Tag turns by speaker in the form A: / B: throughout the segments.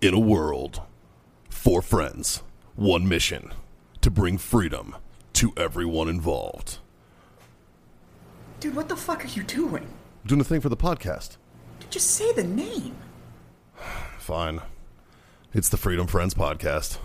A: In a world, four friends, one mission to bring freedom to everyone involved.
B: Dude, what the fuck are you doing?
A: Doing a thing for the podcast.
B: Just say the name.
A: Fine. It's the Freedom Friends Podcast.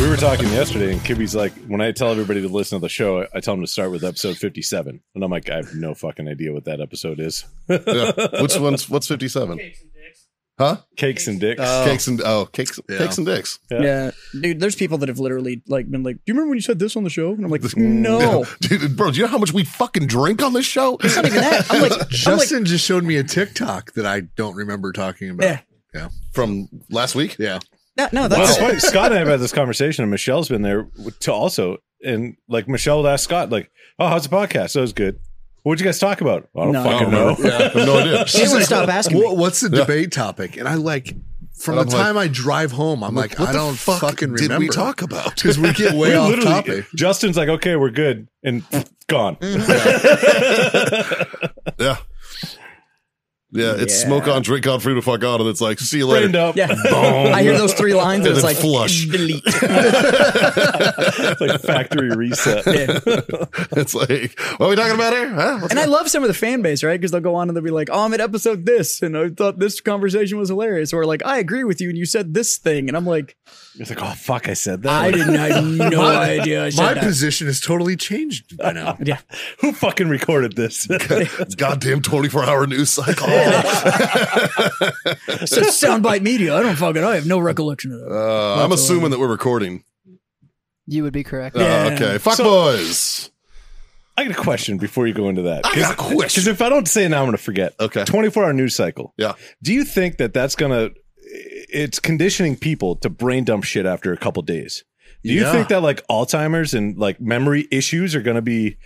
C: We were talking yesterday, and Kibby's like, when I tell everybody to listen to the show, I tell them to start with episode 57. And I'm like, I have no fucking idea what that episode is.
D: Which one's what's fifty seven? Huh?
C: Cakes and dicks.
E: Uh,
D: Cakes and oh, cakes, cakes and dicks.
C: Yeah.
E: Yeah. dude. There's people that have literally like been like, "Do you remember when you said this on the show?" And I'm like, "No,
D: Dude, bro, do you know how much we fucking drink on this show?
E: it's not even that." I'm like,
F: Justin just showed me a TikTok that I don't remember talking about.
E: Yeah.
F: Yeah.
D: From last week?
F: Yeah.
E: "No, no,
C: Well,
E: that's
C: that's funny. Scott and I have had this conversation, and Michelle's been there to also. And like, Michelle would ask Scott, like, oh, how's the podcast? So it was good. What'd you guys talk about? I don't
E: No.
C: fucking
D: I
C: know.
D: don't remember. Yeah, I have no idea.
E: she doesn't stop asking me.
F: What, what's the debate topic? And I like from
D: And
F: the
D: I'm like-
F: time I drive home, I'm like,
D: what
F: I
D: the
F: don't
D: fuck
F: fucking
D: did
F: remember.
D: we talk about?
F: because we get
C: We
F: way off
C: literally-
F: topic.
C: Justin's like, okay, we're good, and gone.
E: Mm.
D: Yeah. Yeah, it's
E: Yeah.
D: smoke on, drink on, freedom fuck on, and it's like, see you later.
C: Brained up.
E: Yeah, I hear those three lines and
D: And
E: it's
D: then
E: like
D: flush.
E: delete.
C: It's like factory reset.
E: Yeah.
D: It's like, what are we talking about here? Huh? What's
E: And I love some of the fan base, right? Because they'll go on and they'll be like, "Oh, I'm at episode this, and I thought this conversation was hilarious," or like, "I agree with you, and you said this thing," and I'm like,
C: It's like, oh fuck, I said that.
E: "I didn't, I have no idea." I said
F: My
E: that.
F: position has totally changed by now.
E: yeah,
C: Who fucking recorded this?
D: It's goddamn 24 hour news cycle. Uh,
E: so soundbite media. I don't fucking. I have no recollection of that.
D: Uh, I'm assuming that we're recording.
G: You would be correct.
D: Uh,
F: Oh,
E: Yeah.
D: okay. Fuck
C: So-
D: boys.
C: I got a question before you go into that.
D: I got a question.
C: Because if I don't say it now, I'm going to forget.
D: Okay.
C: 24 hour news cycle.
D: Yeah.
C: Do you think that that's going to, it's conditioning people to brain dump shit after a couple days? Do you
F: Yeah.
C: think that like Alzheimer's and like memory issues are going to be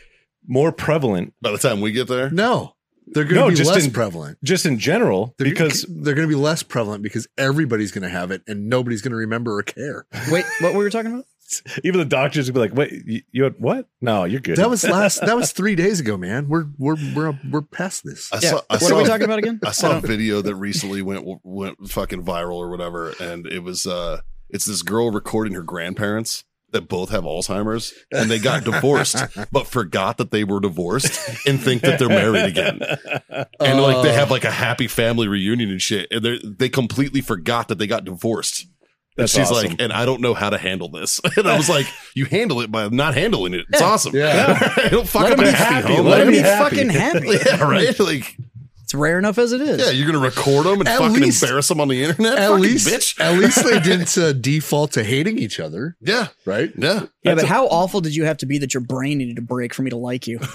C: more prevalent
D: By the time we get there,
F: No, they're going to
C: No,
F: be
C: just
F: less
C: in-
F: prevalent.
C: just in general?
F: They're,
C: because
F: they're going to be less prevalent because everybody's going to have it and nobody's going to remember or care.
E: Wait, what were we talking about?
C: even the doctors would be like, wait, you, you had what? No, you're good.
F: That was last. That was three days ago, man. We're we're we're we're past this.
D: I
E: Yeah.
D: saw, I
E: what are
D: saw
E: we talking about again?
D: I saw a video that recently went went fucking viral or whatever, and it was uh, it's this girl recording her grandparents that both have Alzheimer's and they got divorced, but forgot that they were divorced and think that they're married again, and like they have like a happy family reunion and shit, and they they completely forgot that they got divorced.
C: That's
D: and she's
C: awesome.
D: like, and I don't know how to handle this. And I was like, you handle it by not handling it. It's awesome.
F: Yeah.
D: don't fuck
E: Let
D: up
E: them be
D: your happy.
C: happy. Let
D: home.
E: Let
C: them
E: him
C: be
E: be
C: happy.
E: fucking happy.
D: Yeah, right. Like,
E: It's rare enough as it is.
D: Yeah, you're gonna record them and
F: At
D: fucking
F: least-
D: embarrass them on the internet.
F: at
D: Fucking
F: least,
D: bitch.
F: at least they didn't uh, default to hating each other,
D: Yeah,
F: right?
D: yeah,
E: Yeah, but how awful did you have to be that your brain needed a break for me to like you?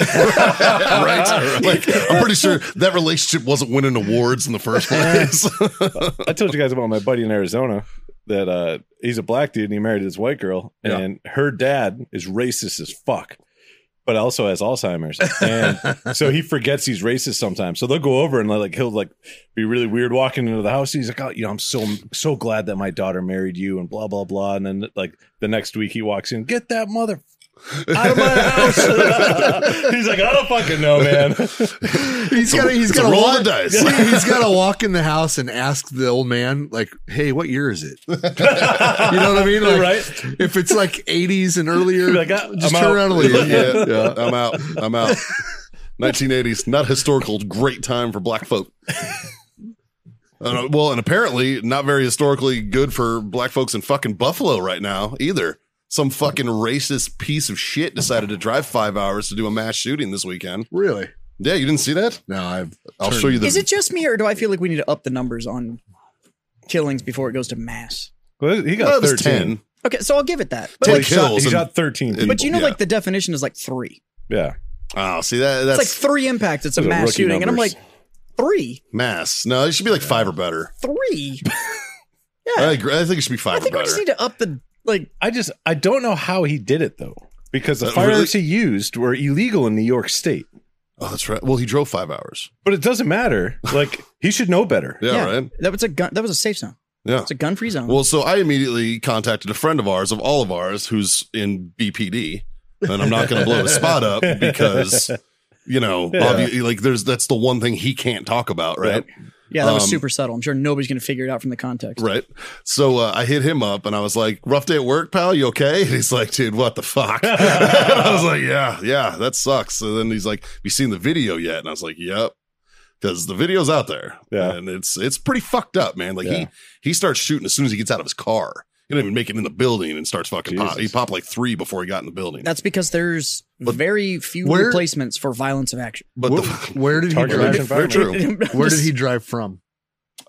D: right. Like, I'm pretty sure that relationship wasn't winning awards in the first place.
C: I told you guys about my buddy in Arizona that uh, he's a black dude and he married his white girl,
D: Yeah.
C: and her dad is racist as fuck, but also has Alzheimer's, and so he forgets he's racist sometimes. So they'll go over and like he'll like be really weird walking into the house. He's like, oh, you know, I'm so so glad that my daughter married you, and blah blah blah. And then like the next week he walks in, get that mother. Out of my house. He's like, I don't fucking know, man.
F: He's got he's
D: it's a
F: got to
D: roll
F: walk.
D: of the dice.
F: he's got to walk in the house and ask the old man, like, "Hey, what year is it?" you know what I mean? Like,
C: Right.
F: If it's like '80s and earlier,
C: Be like, "Ah,
F: just
C: I'm
F: turn
C: out."
F: around and leave.
D: yeah, yeah, I'm out. I'm out. 1980s, not historical. Great time for black folk. Uh, well, and apparently not very historically good for black folks in fucking Buffalo right now either. Some fucking racist piece of shit decided to drive five hours to do a mass shooting this weekend.
F: Really?
D: Yeah, you didn't see that?
F: No, I've.
D: I'll show you the.
E: is it just me, or do I feel like we need to up the numbers on killings before it goes to mass?
C: Well, he
D: Well,
C: got
D: it was
C: 13.
E: Okay, so I'll give it that. But,
D: Ten
E: like,
C: He shot,
D: kills
C: he
D: and-
C: shot 13 people.
E: but you know,
D: yeah.
E: like the definition is like three.
C: yeah.
D: Oh, see that that's
E: It's like three impacts. It's a
C: Those are
E: mass
C: rookie
E: shooting, and I'm
C: numbers.
E: like, three,
D: mass. No, it should be like five or better.
E: three.
D: I, agree. I think it should be
E: I
D: five or
E: think we
D: better.
E: just need to up the like.
C: I just I don't know how he did it though, because the
D: Uh,
C: fireworks he used were illegal in New York State.
D: oh, that's right. Well, he drove five hours.
C: But it doesn't matter. Like he should know better.
D: Yeah, right.
E: That was a gun. That was a safe zone.
D: Yeah.
E: It's a gun free zone.
D: Well, so I immediately contacted a friend of ours, of all of ours, who's in BPD, and I'm not going to blow his spot up because you know,
C: Yeah.
D: obvi- like there's that's the one thing he can't talk about, right?
E: Yeah, that was
D: Um,
E: super subtle. I'm sure nobody's going to figure it out from the context.
D: Right. So uh, I hit him up and I was like, rough day at work, pal. You okay? And he's like, dude, what the fuck? I was like, yeah, yeah, that sucks. And then he's like, have you seen the video yet? And I was like, yep. Cause the video's out there.
C: Yeah.
D: And it's, it's pretty fucked up, man. Like
C: Yeah.
D: he, he starts shooting as soon as he gets out of his car. He didn't even make it in the building and starts fucking pop.
C: Jesus.
D: He popped like three before he got in the building.
E: That's because there's
D: But
E: very few
F: where-
E: replacements for violence of action.
D: but
F: where,
D: the,
F: where did he
C: Target
F: drive?
C: action
D: very
C: fireman.
D: true.
E: I'm
F: Where did
E: just-
F: he drive from?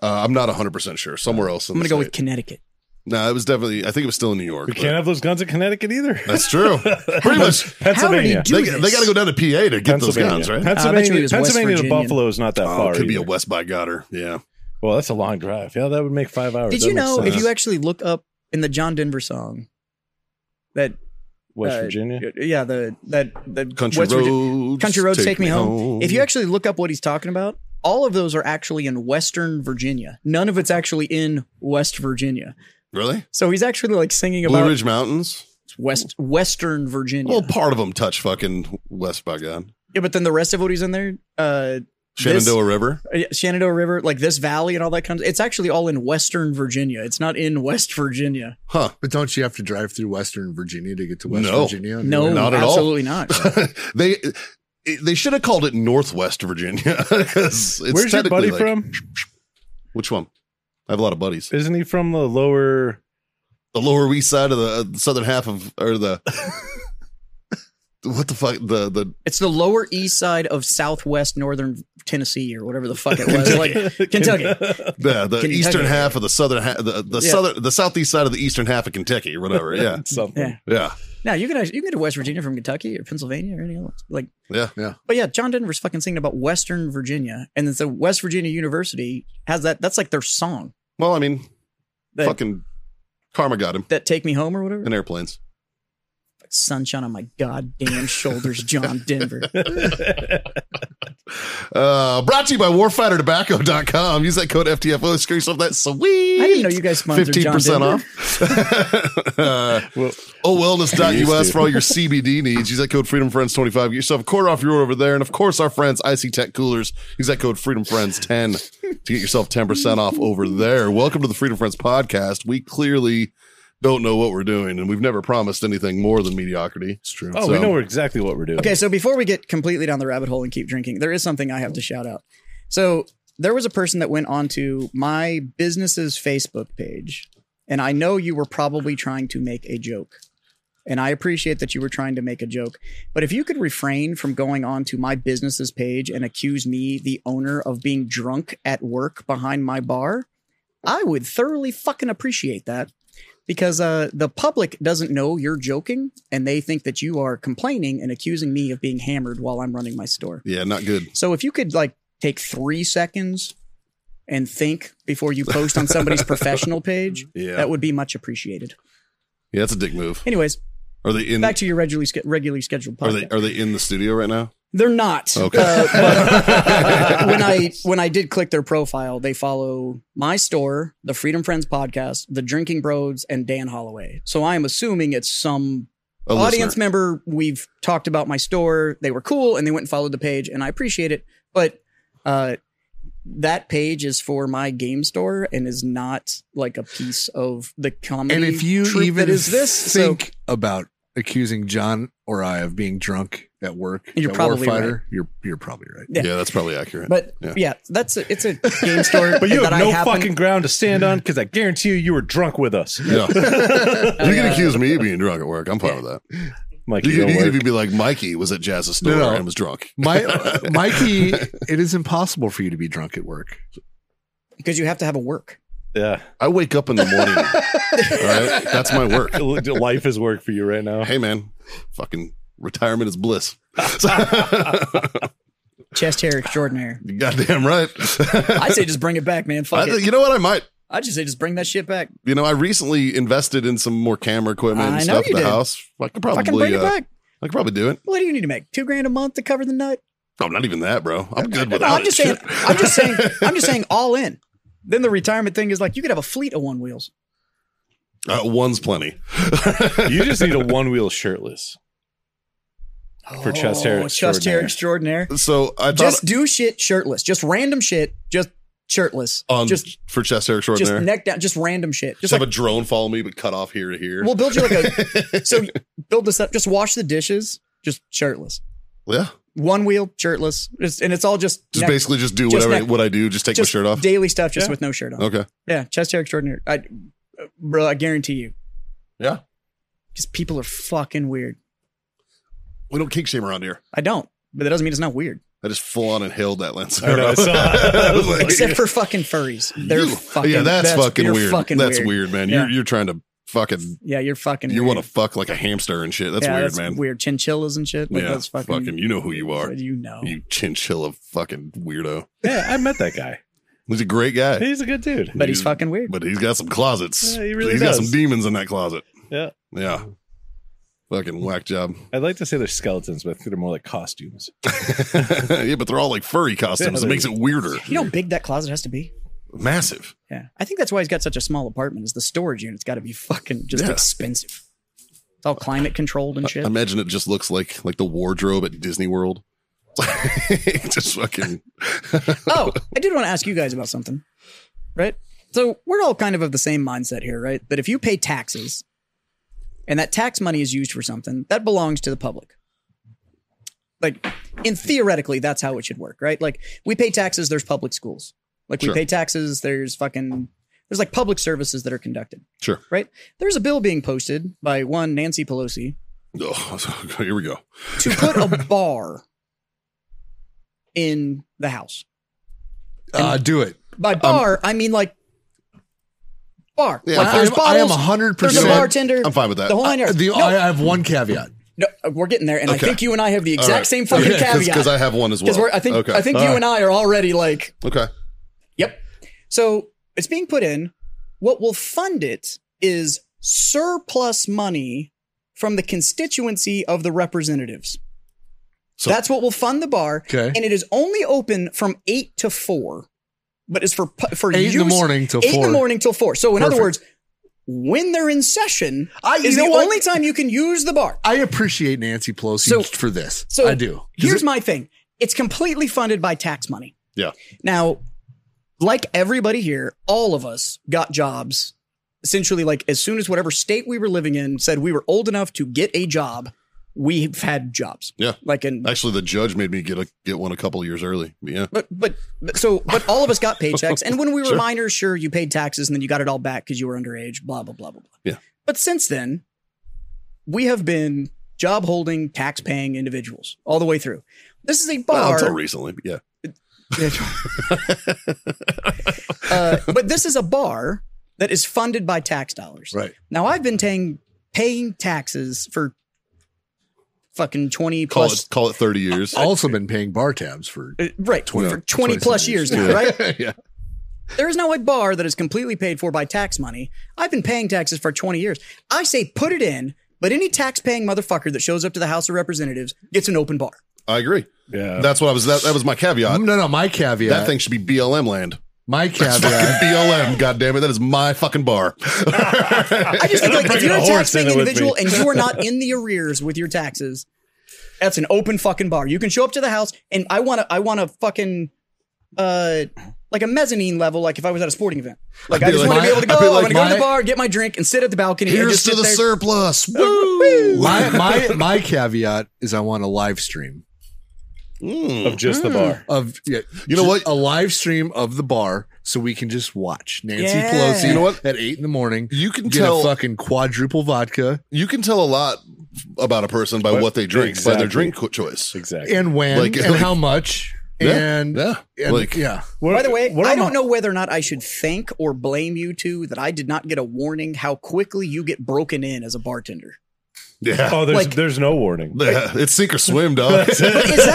D: Uh, I'm not hundred percent sure somewhere else.
E: I'm going to go with Connecticut.
D: no, it was definitely, I think it was still in New York.
C: We
D: but-
C: can't have those guns in Connecticut either.
D: that's true. Pretty much.
C: Pennsylvania.
E: do
D: They,
E: this?
D: they got to go down to PA to get those guns, right?
E: Uh, I bet you
C: Pennsylvania,
E: it was West
C: Pennsylvania to
E: Virginia.
C: Buffalo is not that
D: Oh,
C: far.
D: it could be a
C: either.
D: West by Goddard. Yeah.
C: Well, that's a long drive. Yeah, that would make five hours.
E: Did
C: That
E: you
C: makes
E: know
C: sense.
E: if you actually look up in the John Denver song that
C: West
E: uh,
C: Virginia?
E: Yeah, the that the
D: Country
E: West
D: roads.
E: Virgi- Country roads take, me home. If you actually look up what he's talking about, all of those are actually in Western Virginia. None of it's actually in West Virginia.
D: really
E: So he's actually like singing
D: Blue
E: about
D: Ridge Mountains,
E: West Western Virginia.
D: well, part of them touch fucking West by God,
E: yeah, but then the rest of what he's in there, uh,
D: Shenandoah River.
E: yeah, Shenandoah River, like this valley and all that kind of. It's actually all in Western Virginia. It's not in West Virginia.
D: Huh?
F: But don't you have to drive through Western Virginia to get to West
D: No.
F: Virginia? I mean,
E: No,
F: where-
D: Not at all.
E: absolutely not.
D: they it- they should have called it Northwest Virginia because it's
C: Where's your buddy
D: technically like-
C: from?
D: Which one? I have a lot of buddies.
C: Isn't he from the lower?
D: The Lower East Side of the uh, the southern half of, or the what the fuck the the
E: It's the lower east side of southwest northern Tennessee or whatever the fuck it was. like Kentucky.
D: the, the
E: Kentucky.
D: eastern half of the southern half the the
E: Yeah.
D: southern the southeast side of the eastern half of Kentucky or whatever. Yeah,
C: Something.
E: Yeah.
D: yeah.
E: Now you can actually, you can go to West Virginia from Kentucky or Pennsylvania or any other like
D: Yeah.
F: Yeah.
E: But yeah, John Denver's fucking singing about Western Virginia, and then so West Virginia University has that. That's like their song
D: Well, I mean,
E: that
D: fucking karma got him
E: that "Take Me Home" or whatever.
D: in airplanes.
E: Sunshine on my goddamn shoulders, John Denver.
D: Uh, brought to you by warfightertobacco.com. Use that code FTFO. Screw yourself that sweet.
E: I didn't know you guys sponsored John
D: 15%
E: Denver.
D: off. uh,
C: Well,
D: owellness.us for all your CBD needs. Use that code FreedomFriends25. Get yourself a quarter off your order over there. And of course, our friends, Icy Tech Coolers. Use that code FreedomFriends10 to get yourself 10% off over there. Welcome to the Freedom Friends podcast. We clearly don't know what we're doing, and we've never promised anything more than mediocrity. It's true.
C: oh, we know we're exactly what we're doing.
E: Okay, so before we get completely down the rabbit hole and keep drinking, there is something I have to shout out. So there was a person that went onto my business's Facebook page, and I know you were probably trying to make a joke. And I appreciate that you were trying to make a joke. But if you could refrain from going on to my business's page and accuse me, the owner, of being drunk at work behind my bar, I would thoroughly fucking appreciate that because uh, the public doesn't know you're joking and they think that you are complaining and accusing me of being hammered while I'm running my store.
D: Yeah, not good.
E: So if you could like take three seconds and think before you post on somebody's professional page,
D: Yeah.
E: that would be much appreciated.
D: Yeah, that's a dick move.
E: Anyways,
D: Are they in?
E: back to your regularly sch- regularly scheduled podcast.
D: Are they are they in the studio right now?
E: They're not.
D: Okay.
E: Uh, but when I when I did click their profile, they follow my store, the Freedom Friends podcast, the Drinking Bros, and Dan Holloway. So I am assuming it's some
D: A
E: audience
D: listener.
E: member. We've talked about my store. They were cool and they went and followed the page, and I appreciate it. But uh, that page is for my game store and is not like a piece of the comedy.
F: And if you
E: troupe
F: even
E: that is this, so-
F: think about accusing John or I of being drunk at work,
E: You're
F: at
E: probably
F: Warfighter, you're you're probably right.
E: Yeah.
D: Yeah, that's probably accurate.
E: But
D: Yeah.
E: yeah. that's a, it's a game store.
C: But you
E: that
C: have
E: I
C: no
E: happen-
C: fucking ground to stand on because I guarantee you, you were drunk with us.
D: yeah. you can accuse me of being drunk at work. I'm fine with that.
C: Like,
D: You,
C: you know
D: can, you can
C: what?
D: even be like, Mikey was at Jazz's store
F: No, no.
D: and was drunk.
F: My Mikey, it is impossible for you to be drunk at work.
E: because you have to have a work.
C: yeah.
D: I wake up in the morning. all right. That's my work.
C: Life is work for you right now.
D: Hey, man, fucking retirement is bliss.
E: Chest hair extraordinaire.
D: You Goddamn right.
E: I say just bring it back, man. Fuck
D: I
E: it.
D: th- you know what? I might.
E: I just say just bring that shit back.
D: You know, I recently invested in some more camera equipment and
E: I know
D: stuff at
E: you
D: the
E: did.
D: house. I could probably,
E: Fucking bring
D: uh,
E: it back.
D: I could probably do it.
E: What do you need to make? Two grand a month to cover the nut?
D: Oh, not even that, bro. I'm good
E: No,
D: without
E: I'm
D: it.
E: just saying.
D: Shit.
E: I'm just saying. I'm just saying. All in. Then the retirement thing is like you could have a fleet of one wheels.
D: Uh, one's plenty.
C: You just need a one wheel shirtless. for chest hair.
E: Oh, chest hair
C: extraordinaire.
E: extraordinaire.
D: So I thought
E: Just do shit shirtless. Just random shit. Just shirtless.
D: on
E: just
D: for chest hair
E: just
D: extraordinaire.
E: neck
D: Just,
E: down. Just random shit. Just
D: have
E: like
D: a drone follow me, but cut off here to here.
E: we'll build you like a. so build this up. Just wash the dishes. Just shirtless.
D: yeah,
E: One wheel shirtless. Just, and it's all just
D: just
E: neck-
D: basically just do
E: just
D: whatever
E: neck-
D: what I do. Just take
E: just
D: my shirt off.
E: Daily stuff, just
C: Yeah.
E: with no shirt on.
D: okay,
E: Yeah, chest hair extraordinaire. I, uh, bro, I guarantee you.
D: Yeah.
E: Because people are fucking weird.
D: we don't kink shame around here.
E: I don't, but that doesn't mean it's not weird.
D: I just full on inhaled that Lancero.
C: I know, I saw it. I was like-
E: Except for fucking furries. They're
D: You-
E: fucking.
D: yeah, that's, fucking
E: you're
D: weird.
E: fucking
D: that's weird, man. You're
E: Yeah.
D: you're trying to fucking
E: Yeah, you're fucking.
D: you
E: weird.
D: want to fuck like a hamster and shit. That's
E: Yeah,
D: weird, man.
E: Weird chinchillas and shit. Like,
D: yeah,
E: that's fucking.
D: You know who you are.
E: You know.
D: You chinchilla fucking weirdo.
C: Yeah, I met that guy.
D: He's a great guy,
C: He's a good dude.
E: but he's
D: you-
E: fucking weird.
D: but he's got some closets.
C: Yeah, he really
D: has got
C: does.
D: some demons in that closet.
C: Yeah,
D: Yeah, fucking whack job.
C: I'd like to say they're skeletons, but I think they're more like costumes.
D: yeah, but they're all like furry costumes.
C: Yeah,
D: it makes it weirder.
E: You know how big that closet has to be?
D: Massive.
E: Yeah. I think that's why he's got such a small apartment, is the storage unit's got to be fucking just
D: Yeah.
E: expensive. It's all climate controlled and shit.
D: I imagine it just looks like like the wardrobe at Disney World. just fucking
E: oh, I did want to ask you guys about something, right? So we're all kind of of the same mindset here, right? That if you pay taxes and that tax money is used for something, that belongs to the public. Like, in theoretically, that's how it should work, right? Like, we pay taxes, there's public schools. Like, we
D: Sure.
E: pay taxes, there's fucking, there's like public services that are conducted,
D: sure.
E: right? There's a bill being posted by one Nancy Pelosi
D: Oh, here we go.
E: to put a bar in the house.
F: Uh, do it.
E: By bar, I mean like bar.
D: Um, Yeah,
E: like
D: I-
E: there's
F: I'm- I am
E: bottles. there's a
F: 100%.
E: bartender.
D: I'm fine with that.
E: The whole nine
F: I,
E: yards.
F: the,
E: no,
F: I have one caveat.
E: no, uh, we're getting there, and
D: Uh-huh. Okay.
E: I think you and I have the exact same fucking caveat.
D: because I have one as well.
E: Because we're, I think,
D: okay.
E: I think you and I are already like,
D: okay.
E: yep. So it's being put in. What will fund it is surplus money from the constituency of the representatives.
D: So-
E: That's what will fund the bar,
F: Okay.
E: and it is only open from eight to four, but it's for pu- for
F: Eight in the
E: use-
F: morning till
E: eight
F: four.
E: in the morning till four. So in other
F: Perfect.
E: words, when they're in session
F: I- you
E: is the
F: know what?
E: only time you can use the bar.
F: I appreciate Nancy Pelosi
E: So-
F: for this.
E: So
F: I do.
E: Here's my thing: it's completely funded by tax money.
D: Yeah.
E: Now, like everybody here, all of us got jobs essentially like as soon as whatever state we were living in said we were old enough to get a job, we've had jobs.
D: Yeah.
E: Like in
D: Actually, the judge made me get a get one a couple of years early. Yeah.
E: But, but but so but all of us got paychecks, and when we were minors, sure you paid taxes, and then you got it all back because you were underage. Blah blah blah blah blah.
D: Yeah.
E: But since then, we have been job holding, tax paying individuals all the way through. This is a
D: Well,
E: bar,
D: until recently. but Yeah.
E: uh, but this is a bar that is funded by tax dollars.
F: Right.
E: Now I've been paying paying taxes for fucking twenty
D: Call
E: plus.
D: it call it thirty years.
F: Also been paying bar tabs for.
E: uh, Right, for 20 plus
F: 27 years.
E: years now, right?
D: yeah.
E: There is now a bar that is completely paid for by tax money. I've been paying taxes for 20 years. I say put it in, but any tax paying motherfucker that shows up to the House of Representatives gets an open bar.
D: I agree.
C: Yeah.
D: That's what I was. That, that was my caveat.
F: um, No, no, my caveat.
D: That thing should be BLM land.
F: my
D: Fucking
F: caveat.
D: BLM. God damn it. That is my fucking bar.
E: I just think
C: I'm
E: like if
C: bringing a
E: you're a
C: horse
E: tax paying
C: in it with
E: individual
C: me.
E: and you are not in the arrears with your taxes, that's an open fucking bar. You can show up to the house and I want to I want to fucking uh like a mezzanine level like if I was at a sporting event. Like
D: I'd
E: I
D: be
E: just
D: like
E: want to
F: my-
E: be able to go.
F: I'd be
E: I
F: like
E: want to go to the
F: my-
E: bar, get my drink and sit at the balcony and
D: Here's
E: just
D: to
E: sit
D: the
E: there.
D: surplus.
F: my my my caveat is I want a live stream
C: of just the
D: Mm.
C: bar.
F: of yeah,
D: You know what?
F: a live stream of the bar so we can just watch Nancy
E: Yeah.
F: Pelosi.
E: You know
F: what? At eight in the morning,
D: You can
F: get
D: tell-
F: a fucking quadruple vodka
D: You can tell a lot about a person by
C: But-
D: what they drink, by
C: Exactly.
D: their drink co- choice.
C: Exactly.
F: and when
D: Like-
F: and
D: like-
F: how much
D: Yeah,
F: and
D: yeah.
F: and-
D: Like-
F: yeah.
E: By the way, I
C: am
E: don't know whether or not I should thank or blame you two that I did not get a warning how quickly you get broken in as a bartender.
D: Yeah.
C: Oh, there's
E: like-
C: there's no warning.
D: Yeah, It's sink or swim, dog.
E: But is that like is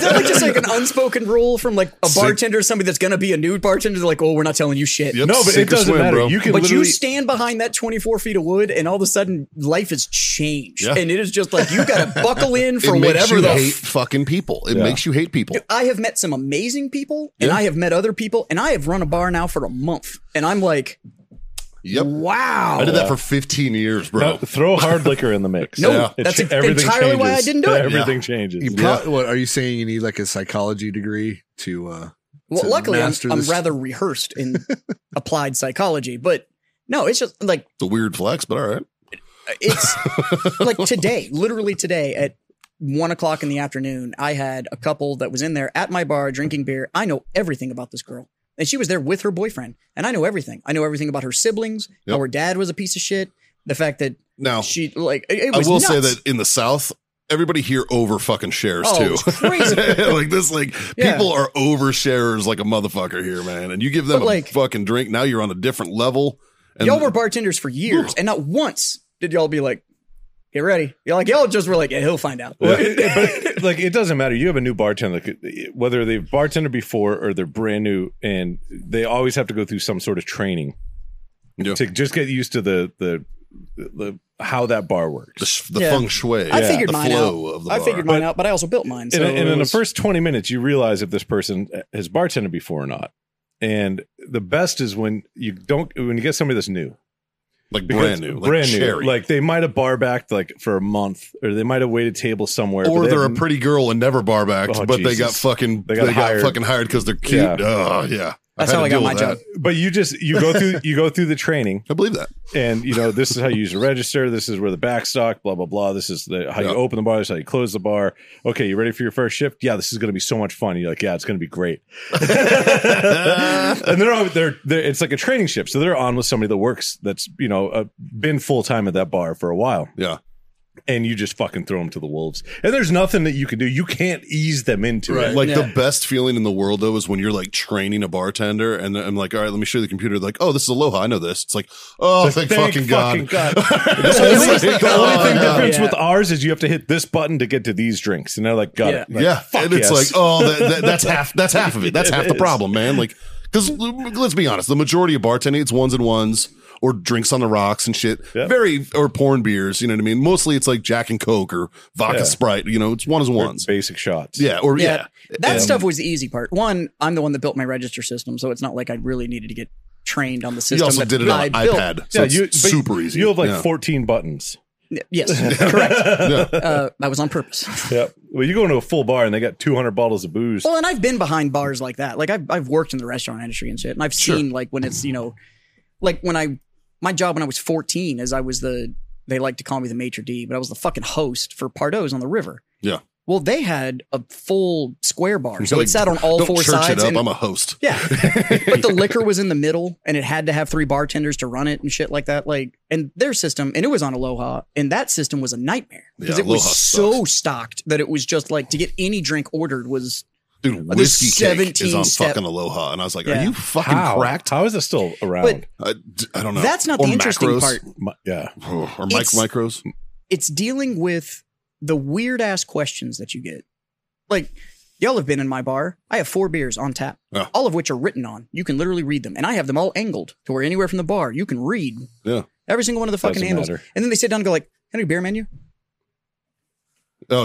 E: that like just like an unspoken rule from like a bartender, somebody that's gonna be a nude bartender? They're like, oh, we're not telling you shit.
D: Yep,
C: No, but
D: sink
C: it
D: or
C: doesn't
D: swim,
C: matter.
D: bro.
C: You can
E: But you
C: literally
E: stand behind that 24 feet of wood, and all of a sudden, life has changed.
D: Yeah.
E: And it is just like, you got to buckle in for
D: it makes
E: whatever
D: you
E: the.
D: hate
E: F-
D: fucking people. It makes you hate people.
E: I have met some amazing people, and
D: Yeah.
E: I have met other people, and I have run a bar now for a month. And I'm like,
D: Yep.
E: Wow.
D: I did that for 15 years, bro.
C: No, throw hard liquor in the mix.
E: No,
D: Yeah.
E: that's entirely why I didn't do it.
C: Everything
D: Yeah.
C: changes.
F: You pro- What are you saying? You need like a psychology degree to uh,
E: Well,
F: to
E: luckily, I'm,
F: master
E: I'm
F: this-
E: rather rehearsed in applied psychology, but no, it's just like
D: It's a weird flex, but all right.
E: it's like today, literally today at one o'clock in the afternoon, I had a couple that was in there at my bar drinking beer. I know everything about this girl. And she was there with her boyfriend. And I know everything. I know everything about her siblings, how
D: Yep.
E: her dad was a piece of shit, the fact that
D: Now,
E: she, like, it, it
D: I
E: was
D: will say
E: nuts.
D: that in the South, everybody here over fucking shares
E: Oh,
D: too.
E: it's crazy.
D: like this, like
E: Yeah.
D: people are over sharers like a motherfucker here, man. And you give them
E: But,
D: a
E: like-
D: fucking drink, now you're on a different level. And
E: y'all were bartenders for years, and not once did y'all be like, get ready. You're like, y'all just were like, yeah, he'll find out.
C: Well, it- it- but like it doesn't matter. You have a new bartender, like, it- whether they've bartended before or they're brand new, and they always have to go through some sort of training
D: Yeah.
C: to just get used to the the, the how that bar works.
D: the, sh- the
E: Yeah.
D: feng shui,
E: I figured
D: the
E: mine
D: flow
E: out.
D: of the
E: I
D: bar.
E: figured mine out, but I also built mine. So
C: and, and
E: it
C: in the
E: was-
C: first 20 minutes you realize if this person has bartended before or not and the best is when you don't when you get somebody that's new
D: like
C: Because-
D: brand new, like
C: brand new
D: cherry.
C: like they might have bar backed like for a month or they might have waited table somewhere but
D: or
C: they
D: they're a
C: haven't-
D: pretty girl and never bar backed,
C: Oh,
D: but they
C: Jesus.
D: got fucking
C: They
D: they
C: got
D: got,
C: hired.
D: fucking hired because they're cute.
C: Yeah.
D: Oh yeah,
E: That's
D: had
E: how
D: to
E: I got
D: deal
E: my
D: with
E: job.
D: that.
C: but you just you go through you go through the training
D: I believe that.
C: and you know this is how you use the register this is where the back stock blah blah blah this is the, how you
D: Yeah.
C: open the bar this is how you close the bar okay you ready for your first shift yeah this is going to be so much fun you're like yeah it's going to be great and they're, all, they're they're it's like a training shift so they're on with somebody that works that's you know uh, been full-time at that bar for a while
D: Yeah,
C: and you just fucking throw them to the wolves and there's nothing that you can do you can't ease them into it
D: Like
E: Yeah.
D: the best feeling in the world though is when you're like training a bartender and I'm like, all right, let me show you the computer. Like, oh, this is Aloha. I know this. It's like, oh, thank, fucking god.
C: the only,
D: It's like,
C: the only
D: oh,
C: thing
D: no.
C: difference
E: Yeah.
C: with ours is you have to hit this button to get to these drinks, and they're like, "Got it." Like,
D: yeah,
C: fuck
D: and it's
C: yes.
D: like, oh, that, that, that's half. That's half of it. That's
C: It
D: half the
C: is.
D: problem, man. Like, because let's be honest, the majority of bartending it's ones and ones or drinks on the rocks and shit.
C: Yeah.
D: Very or porn beers. You know what I mean? Mostly it's like Jack and Coke or vodka
C: Yeah.
D: Sprite. You know, it's ones and
C: Or
D: ones.
C: basic shots.
D: Yeah, or yeah,
E: Yeah. That
D: And-
E: stuff was the easy part. One, I'm the one that built my register system, so it's not like I really needed to get trained on the
D: You
E: system.
D: also
E: that
D: did it on
E: I built.
D: iPad, so it's
C: but
D: super easy.
C: You have like
D: Yeah.
C: 14 buttons.
E: N- Yes, correct. Uh, that was on purpose.
C: Yeah. Well, you go into a full bar and they got 200 bottles of booze.
E: Well, and I've been behind bars like that. Like I've I've worked in the restaurant industry and shit, and I've seen like when it's you know, like when I my job when I was 14 is I was the they like to call me the maitre d, but I was the fucking host for Pardos on the river.
D: Yeah.
E: Well, they had a full square bar, so
D: Like,
E: it sat on all
D: Don't
E: four
D: church
E: sides.
D: it up.
E: and-
D: I'm a host.
E: Yeah. but the liquor was in the middle and it had to have three bartenders to run it and shit like that. Like, and their system, and it was on Aloha, and that system was a nightmare because
D: Yeah,
E: it was
D: Aloha
E: so stocked that it was just like to get any drink ordered was
D: Dude,
E: There's
D: whiskey cake
E: 17
D: is on
E: step-
D: fucking Aloha, and I was like,
E: Yeah.
D: "Are you fucking
C: How?
D: cracked?"
C: How is it still around?
D: I, d- I don't know.
E: that's not
D: Or
E: the interesting
D: macros.
E: part.
C: My- yeah.
D: or mic-
E: It's-
D: micros.
E: It's dealing with the weird ass questions that you get. Like, y'all have been in my bar. I have four beers on tap,
D: Yeah.
E: all of which are written on. You can literally read them, and I have them all angled to where anywhere from the bar you can read.
D: Yeah.
E: Every single one of the fucking
C: Doesn't
E: handles.
C: matter.
E: And then they sit down and go like, "Henry beer menu?
D: Oh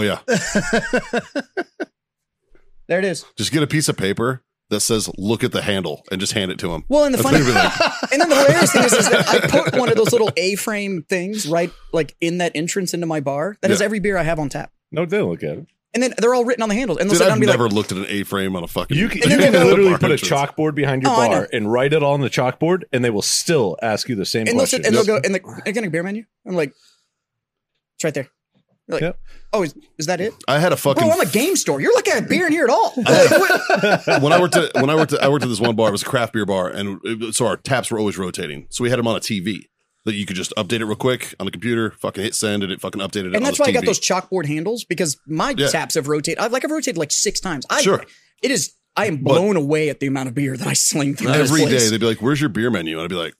D: yeah,
E: There it is."
D: just get a piece of paper that says "Look at the handle" and just hand it to him.
E: Well, and the
D: That's
E: funny,
D: what it'd be
E: and then the hilarious thing is, is that I put one of those little A-frame things right, like in that entrance into my bar. That has
D: Yeah.
E: every beer I have on tap,
C: No, they don't look at it.
E: and then they're all written on the handles, and they'll
D: Dude,
E: sit down and
D: I've
E: be
D: never
E: like,
D: looked at an A-frame on a fucking.
C: You can,
E: And
C: you
E: then
C: can
E: they-
C: literally
D: Bar
C: put a
D: entrance.
C: chalkboard behind your
E: Oh, I know.
C: bar and write it all on the chalkboard, and they will still ask you the same
E: and they'll sit,
C: question.
E: and they'll go, and like, again, a beer menu. I'm like, it's right there. They're like,
C: Yep.
E: oh, is, is that it?
D: I had a fucking
E: Bro, I'm a game store. You're looking at beer in here at all?
D: when I worked at when I worked at, I worked at this one bar. It was a craft beer bar, and it, so our taps were always rotating. So we had them on a TV that you could just update it real quick on the computer. Fucking hit send, and it fucking updated. it on
E: and that's
D: the
E: why I got
D: TV.
E: those chalkboard handles because my
D: Yeah.
E: taps have rotated. I've like I've rotated like six times. I,
D: Sure.
E: It is. I am
D: But-
E: blown away at the amount of beer that I sling through
D: Every
E: this
D: day
E: place.
D: they'd be like, "Where's your beer menu?" And I'd be like,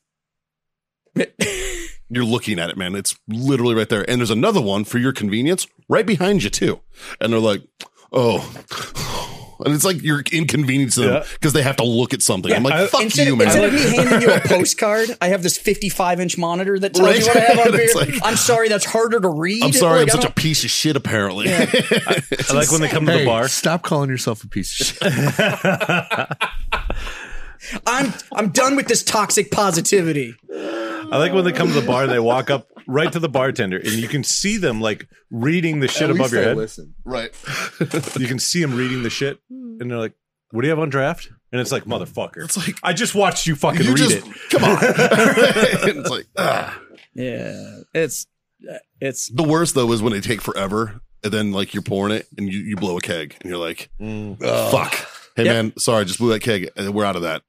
D: "You're looking at it, man. It's literally right there." And there's another one for your convenience right behind you too. And they're like, "Oh." And it's like you're inconveniencing them
C: Yeah.
D: because they have to look at something. I'm like,
C: I-
D: "Fuck
E: Instead,
D: you,
E: of-
D: man."
E: instead of me handing you a postcard, I have this 55 inch monitor that tells you
D: Right?
E: what I have on
D: And
E: beer.
D: it's like-
E: I'm sorry, that's harder to read.
D: I'm sorry,
E: Like,
D: I'm
E: I
D: such a
E: don't-
D: piece of shit. Apparently,
C: I like when they come to the
F: Hey,
C: bar.
F: stop calling yourself a piece of shit.
E: I'm I'm done with this toxic positivity.
C: I like when they come to the bar and they walk up right to the bartender, and you can see them like reading the shit
F: At
C: above
F: least
C: your
F: I
C: head.
F: Listen.
D: Right.
C: You can see them reading the shit, and they're like, "What do you have on draft?" And it's like, "Motherfucker!"
D: It's like
C: I just watched you fucking
D: you
C: read it.
D: just come on. it's like ah.
E: Yeah, it's it's
D: the worst though is when they take forever and then like you're pouring it and you, you blow a keg and you're like
C: Mm.
D: fuck. Hey
E: Yep.
D: man, sorry, just blew that keg and we're out of that.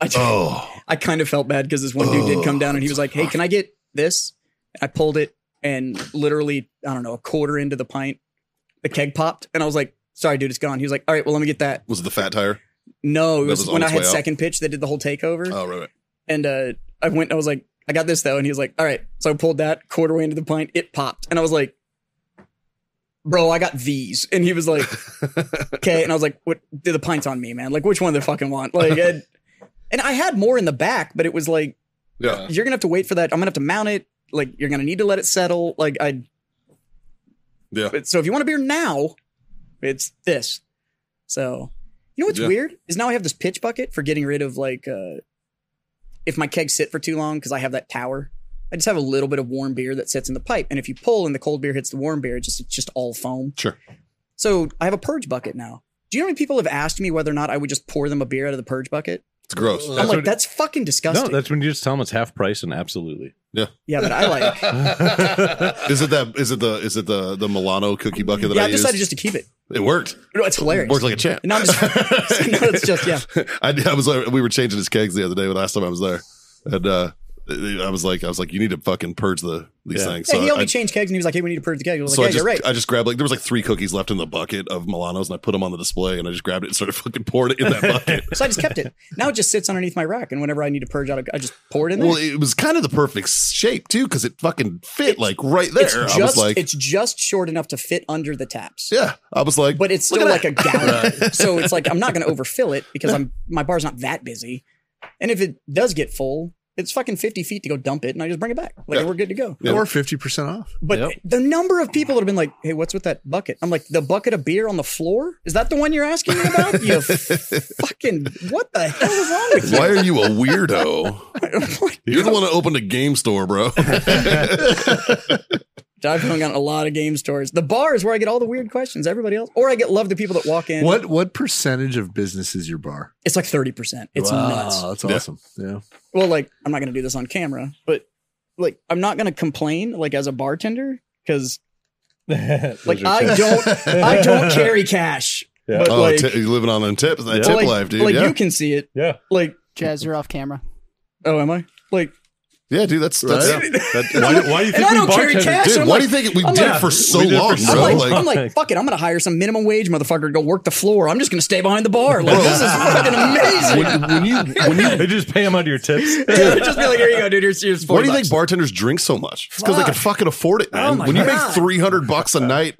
E: I just,
D: Oh,
E: I kind of felt bad because this one dude did come down and he was like, "Hey, can I get this?" I pulled it and literally, I don't know, a quarter into the pint, the keg popped, and I was like, "Sorry, dude, it's gone." He was like, "All right, well, let me get that."
D: was it the fat tire?
E: No, it
D: That
E: was,
D: was on
E: when I
D: its
E: had
D: way out.
E: second pitch. They did the whole takeover,
D: Oh, right, right.
E: and uh, I went. I was like, "I got this though," and he was like, "All right." So I pulled that quarter way into the pint, it popped, and I was like, "Bro, I got these," and he was like, "Okay," and I was like, "What? The pint's on me, man. Like, which one do they fucking want?" Like, and, and I had more in the back, but it was like
D: Yeah.
E: you're gonna have to wait for that. I'm gonna have to mount it. Like you're gonna need to let it settle. Like I.
D: Yeah.
E: But- So if you want a beer now, it's this. So, you know what's
D: Yeah.
E: weird is now I have this pitch bucket for getting rid of like uh, if my kegs sit for too long because I have that tower. I just have a little bit of warm beer that sits in the pipe, and if you pull and the cold beer hits the warm beer, it just it's just all foam.
D: Sure.
E: So I have a purge bucket now. Do you know how many people have asked me whether or not I would just pour them a beer out of the purge bucket?
D: It's gross.
E: I'm
C: That's
E: like,
C: what-
E: that's fucking
C: No,
E: disgusting.
C: that's when you just tell them it's half price and absolutely.
E: yeah, but I like.
D: Is it that? Is it the? Is it the the Milano cookie bucket that
E: yeah,
D: I,
E: I decided just
D: used?
E: to keep it.
D: it worked.
E: No, it's hilarious.
D: Worked like a champ.
E: no, I'm just, no, it's just yeah.
D: I, I was like, we were changing his kegs the other day. Last time I was there, and uh, I was like, I was like, you need to fucking purge the these
C: Yeah.
D: things.
E: yeah, he
D: So I,
E: only changed kegs and he was like, "Hey, we need to purge the keg." I was
D: so
E: like,
D: I
E: "Yeah,
D: just,
E: you're right."
D: I just grabbed like there was like three cookies left in the bucket of Milano's, and I put them on the display, and I just grabbed it and started fucking pouring it in that bucket.
E: so I just kept it. Now it just sits underneath my rack, and whenever I need to purge out, a- I just pour it in there.
D: well, it was kind of the perfect shape too, because it fucking fit like right there.
E: it's
D: I
E: just
D: was like,
E: it's just short enough to fit under the taps,
D: yeah, I was like,
E: but it's
D: look
E: still
D: at
E: like
D: that.
E: a gallon. so it's like I'm not going to overfill it because I'm my bar's not that busy, and if it does get full. It's fucking 50 feet to go dump it and I just bring it back. Like,
D: Yeah.
E: we're good to go.
D: Yeah.
F: Or 50% off.
E: But
C: Yep.
E: the number of people that have been like, hey, what's with that bucket? I'm like, the bucket of beer on the floor? Is that the one you're asking me about? You fucking, what the hell is wrong with you?
D: Why are you a weirdo? You're the one that opened a game store, bro.
E: I've hung out in a lot of game stores. The bar is where I get all the weird questions. Everybody else, or I get love the people that walk in.
F: What what percentage of business is your bar?
E: It's like thirty percent. It's
F: Wow,
E: nuts.
F: That's
D: Yeah.
F: awesome. Yeah.
E: Well, like I'm not gonna do this on camera, but like I'm not gonna complain like as a bartender because like I don't I don't carry cash.
C: Yeah.
E: But
D: oh,
E: like,
D: ti- you're living on them tips, that
C: Yeah.
E: but,
D: tip
E: like,
D: life, dude.
E: like
D: yeah,
E: you can see it.
C: Yeah.
E: Like
G: Jazz, you're off camera.
E: oh, am I? Like
D: yeah, dude. That's that's.
F: Right?
C: why, why do you
E: and
C: think
E: I
C: we
E: don't carry
C: bartenders
E: cash.
D: Dude,
E: I'm like,
D: why do you think we
E: I'm
D: did
E: like-
D: it for so
C: We did it for
D: long,
C: so
D: bro?
E: I'm
D: Like,
E: like, I'm like, fuck it. I'm gonna hire some minimum wage motherfucker to go work the floor. I'm just gonna stay behind the bar. Like this is fucking amazing.
D: when, when you, when you,
C: They just pay them under your tips.
E: Yeah, just be like, here you go, dude. Here's, here's four
D: why do you
E: bucks."
D: think bartenders drink so much? It's because they can fucking afford it, man.
E: Oh my
D: when you
E: God.
D: make three hundred bucks a night,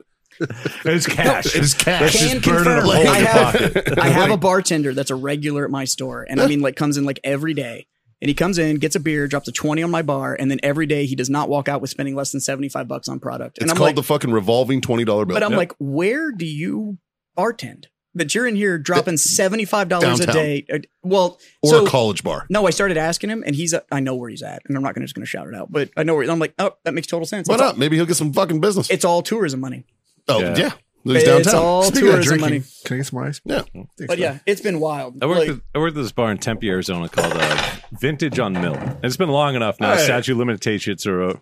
C: It's cash.
D: it is cash.
C: That's
E: can
C: just burning
E: confirm.
C: a hole in
E: I
C: your
E: have,
C: pocket.
E: I have a bartender that's a regular at my store, and I mean, like, comes in like every day. And he comes in, gets a beer, drops a twenty on my bar, and then every day he does not walk out with spending less than seventy five bucks on product. And
D: It's
E: I'm
D: called
E: like,
D: the fucking revolving twenty dollar bill.
E: but I'm
D: Yeah.
E: like, where do you bartend? That you're in here dropping seventy five dollars a
D: Downtown.
E: day. Uh, Well,
D: or
E: so-
D: a college bar.
E: No, I started asking him, and he's. uh, I know where he's at, and I'm not gonna just going to shout it out, but I know where. I'm like, oh, that makes total sense.
D: Why
E: It's all-
D: not? Maybe he'll get some fucking business.
E: It's all tourism money.
D: oh
C: Yeah.
D: yeah, He's
E: It's
D: downtown.
E: all
F: Speaking of
E: tourism
F: drinking,
E: money.
F: Can I get some ice?
D: Yeah.
F: Thanks,
E: But
F: man.
E: yeah, it's been wild.
C: I worked,
E: Like-
C: at, I worked at this bar in Tempe, Arizona called uh, Vintage on Mill. And it's been long enough now.
D: Hey.
C: Statue limitations are uh,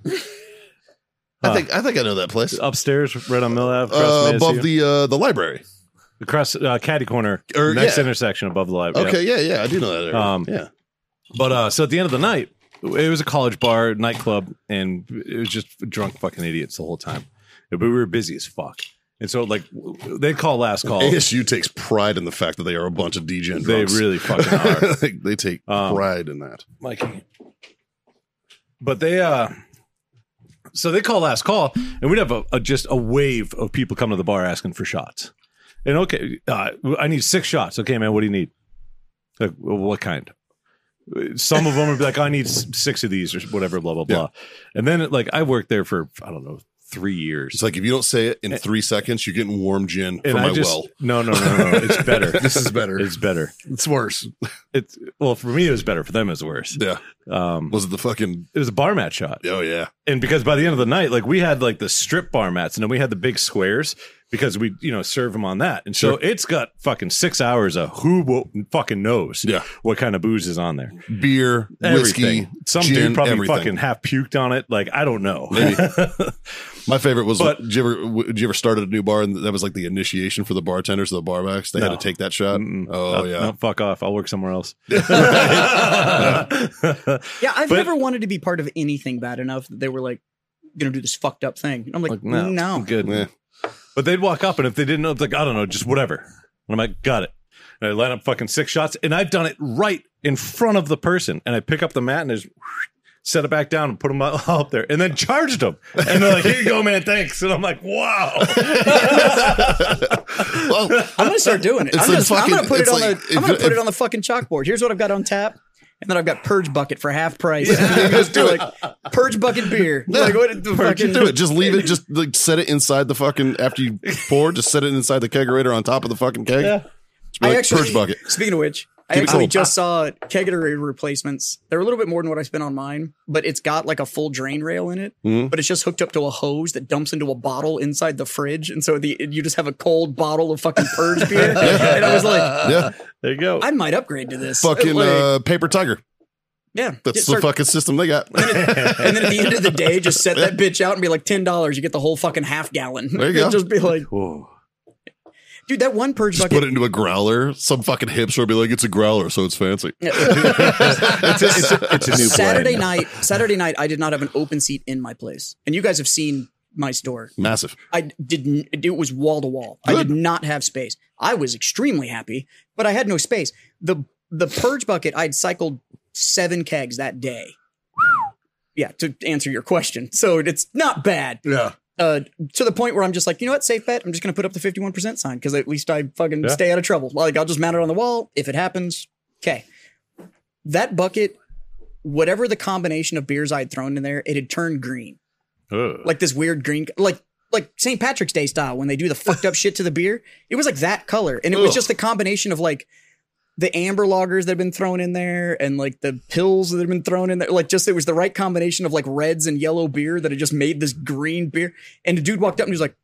D: I think I think I know that place.
C: upstairs, right on Mill Ave, across
D: Uh, above
C: Massey.
D: the uh, the library.
C: across uh, Caddy Corner,
D: Or-
C: next
D: yeah.
C: intersection above the library.
D: Okay, yeah, yeah, I do know that area.
C: Um,
D: yeah,
C: But uh, so at the end of the night, it was a college bar nightclub, and it was just drunk fucking idiots the whole time. But we were busy as fuck, and so like they call last call.
D: ASU takes pride in the fact that they are a bunch of degen.
C: They
D: drunks.
C: really fucking are,
D: Like, they take
C: Um,
D: pride in that.
C: Mikey. But they uh, so they call last call, and we'd have a, a just a wave of people come to the bar asking for shots. And okay, uh, I need six shots. Okay, man, what do you need? Like, what kind? Some of them would be like, I need s- six of these or whatever, blah blah blah. And then like I worked there for I don't know three years.
D: It's like if you don't say it in three seconds, you're getting warm gin from
C: And I
D: my
C: just
D: well.
C: no no no no. It's better.
F: This is better.
C: It's better.
F: It's worse.
C: It's well for me it was better. For them it was worse.
D: Yeah.
C: Um,
D: Was it the fucking?
C: it was a bar mat shot.
D: Oh yeah.
C: and because by the end of the night, like we had like the strip bar mats, and then we had the big squares because we you know serve them on that, and so it's got fucking six hours of who wo- fucking knows
D: Yeah.
C: what kind of booze is on there.
D: Beer,
C: Everything.
D: whiskey,
C: Some
D: gin,
C: dude probably
D: everything.
C: fucking half puked on it. Like I don't know.
D: Maybe. Uh, My favorite was.
C: But-
D: did you ever? w- Did you ever start at a new bar and that was like the initiation for the bartenders, the barbacks? They
C: No.
D: had to take that shot.
C: Mm-mm.
D: Oh
C: No,
D: yeah.
C: no, fuck off. I'll work somewhere else.
E: Yeah, I've
C: But-
E: never wanted to be part of anything bad enough that they were like gonna do this fucked up thing. And I'm like,
C: Like, no,
E: no.
C: I'm good.
D: Yeah.
C: But they'd walk up, and if they didn't know, it's like I don't know, just whatever. And I'm like, got it. And I line up fucking six shots, and I've done it right in front of the person. And I pick up the mat and just set it back down and put them up up there, and then charged them. And they're like, "Here you go, man, thanks." And I'm like, "Wow."
D: Well,
E: I'm gonna start doing it.
D: It's
E: I'm, gonna- I'm
D: like fucking-
E: gonna put it
D: it's
E: on
D: like-
E: the I'm gonna
D: if-
E: put
D: if-
E: it on the fucking chalkboard. Here's what I've got on tap, and then I've got purge bucket for half price. You just do like purge bucket beer. Like what the fucking
D: do it. Just leave it. Just like set it inside the fucking after you pour. Just set it inside the kegerator on top of the fucking keg. Just be
E: I
D: like,
E: actually,
D: purge bucket.
E: Speaking of which, I
D: Keep it
E: actually
D: cold.
E: just saw kegerator replacements. They're a little bit more than what I spent on mine, but it's got like a full drain rail in it.
D: Mhm.
E: But it's just hooked up to a hose that dumps into a bottle inside the fridge, and so the you just have a cold bottle of fucking purge beer. And I was like,
D: Yeah,
C: there you go.
E: I might upgrade to this.
D: fucking
E: Like,
D: uh, paper tiger.
E: yeah.
D: That's
E: just
D: the
E: start-
D: fucking system they got.
E: And then at the end of the day, just set that bitch out and be like ten dollars. You get the whole fucking half gallon.
D: There you go.
E: just be like,
C: Whoa.
E: dude, that one purge
D: Just
E: bucket.
D: put it into a growler. Some fucking hipster will be like, "It's a growler, so it's fancy."
C: It's a, it's a- it's a new blend.
E: Saturday night, Saturday night, I did not have an open seat in my place, and you guys have seen my store.
D: Massive.
E: I didn't. It was wall to wall. I did not have space. I was extremely happy, but I had no space. the The purge bucket. I'd cycled seven kegs that day. Yeah, to answer your question, so it's not bad.
F: Yeah.
E: Uh, to the point where I'm just like, you know what, safe bet. I'm just gonna put up the 51 percent sign because at least I fucking
C: Yeah.
E: stay out of trouble. Like I'll just mount it on the wall if it happens. Okay, that bucket, whatever the combination of beers I'd thrown in there, it had turned green
C: Ugh.
E: like this weird green, like like St. Patrick's Day style when they do the fucked up shit to the beer. It was like that color, and it was
D: Ugh.
E: just the combination of like the amber loggers that have been thrown in there, and like the pills that have been thrown in there. Like just it was the right combination of like reds and yellow beer that had just made this green beer. And the dude walked up and he was like,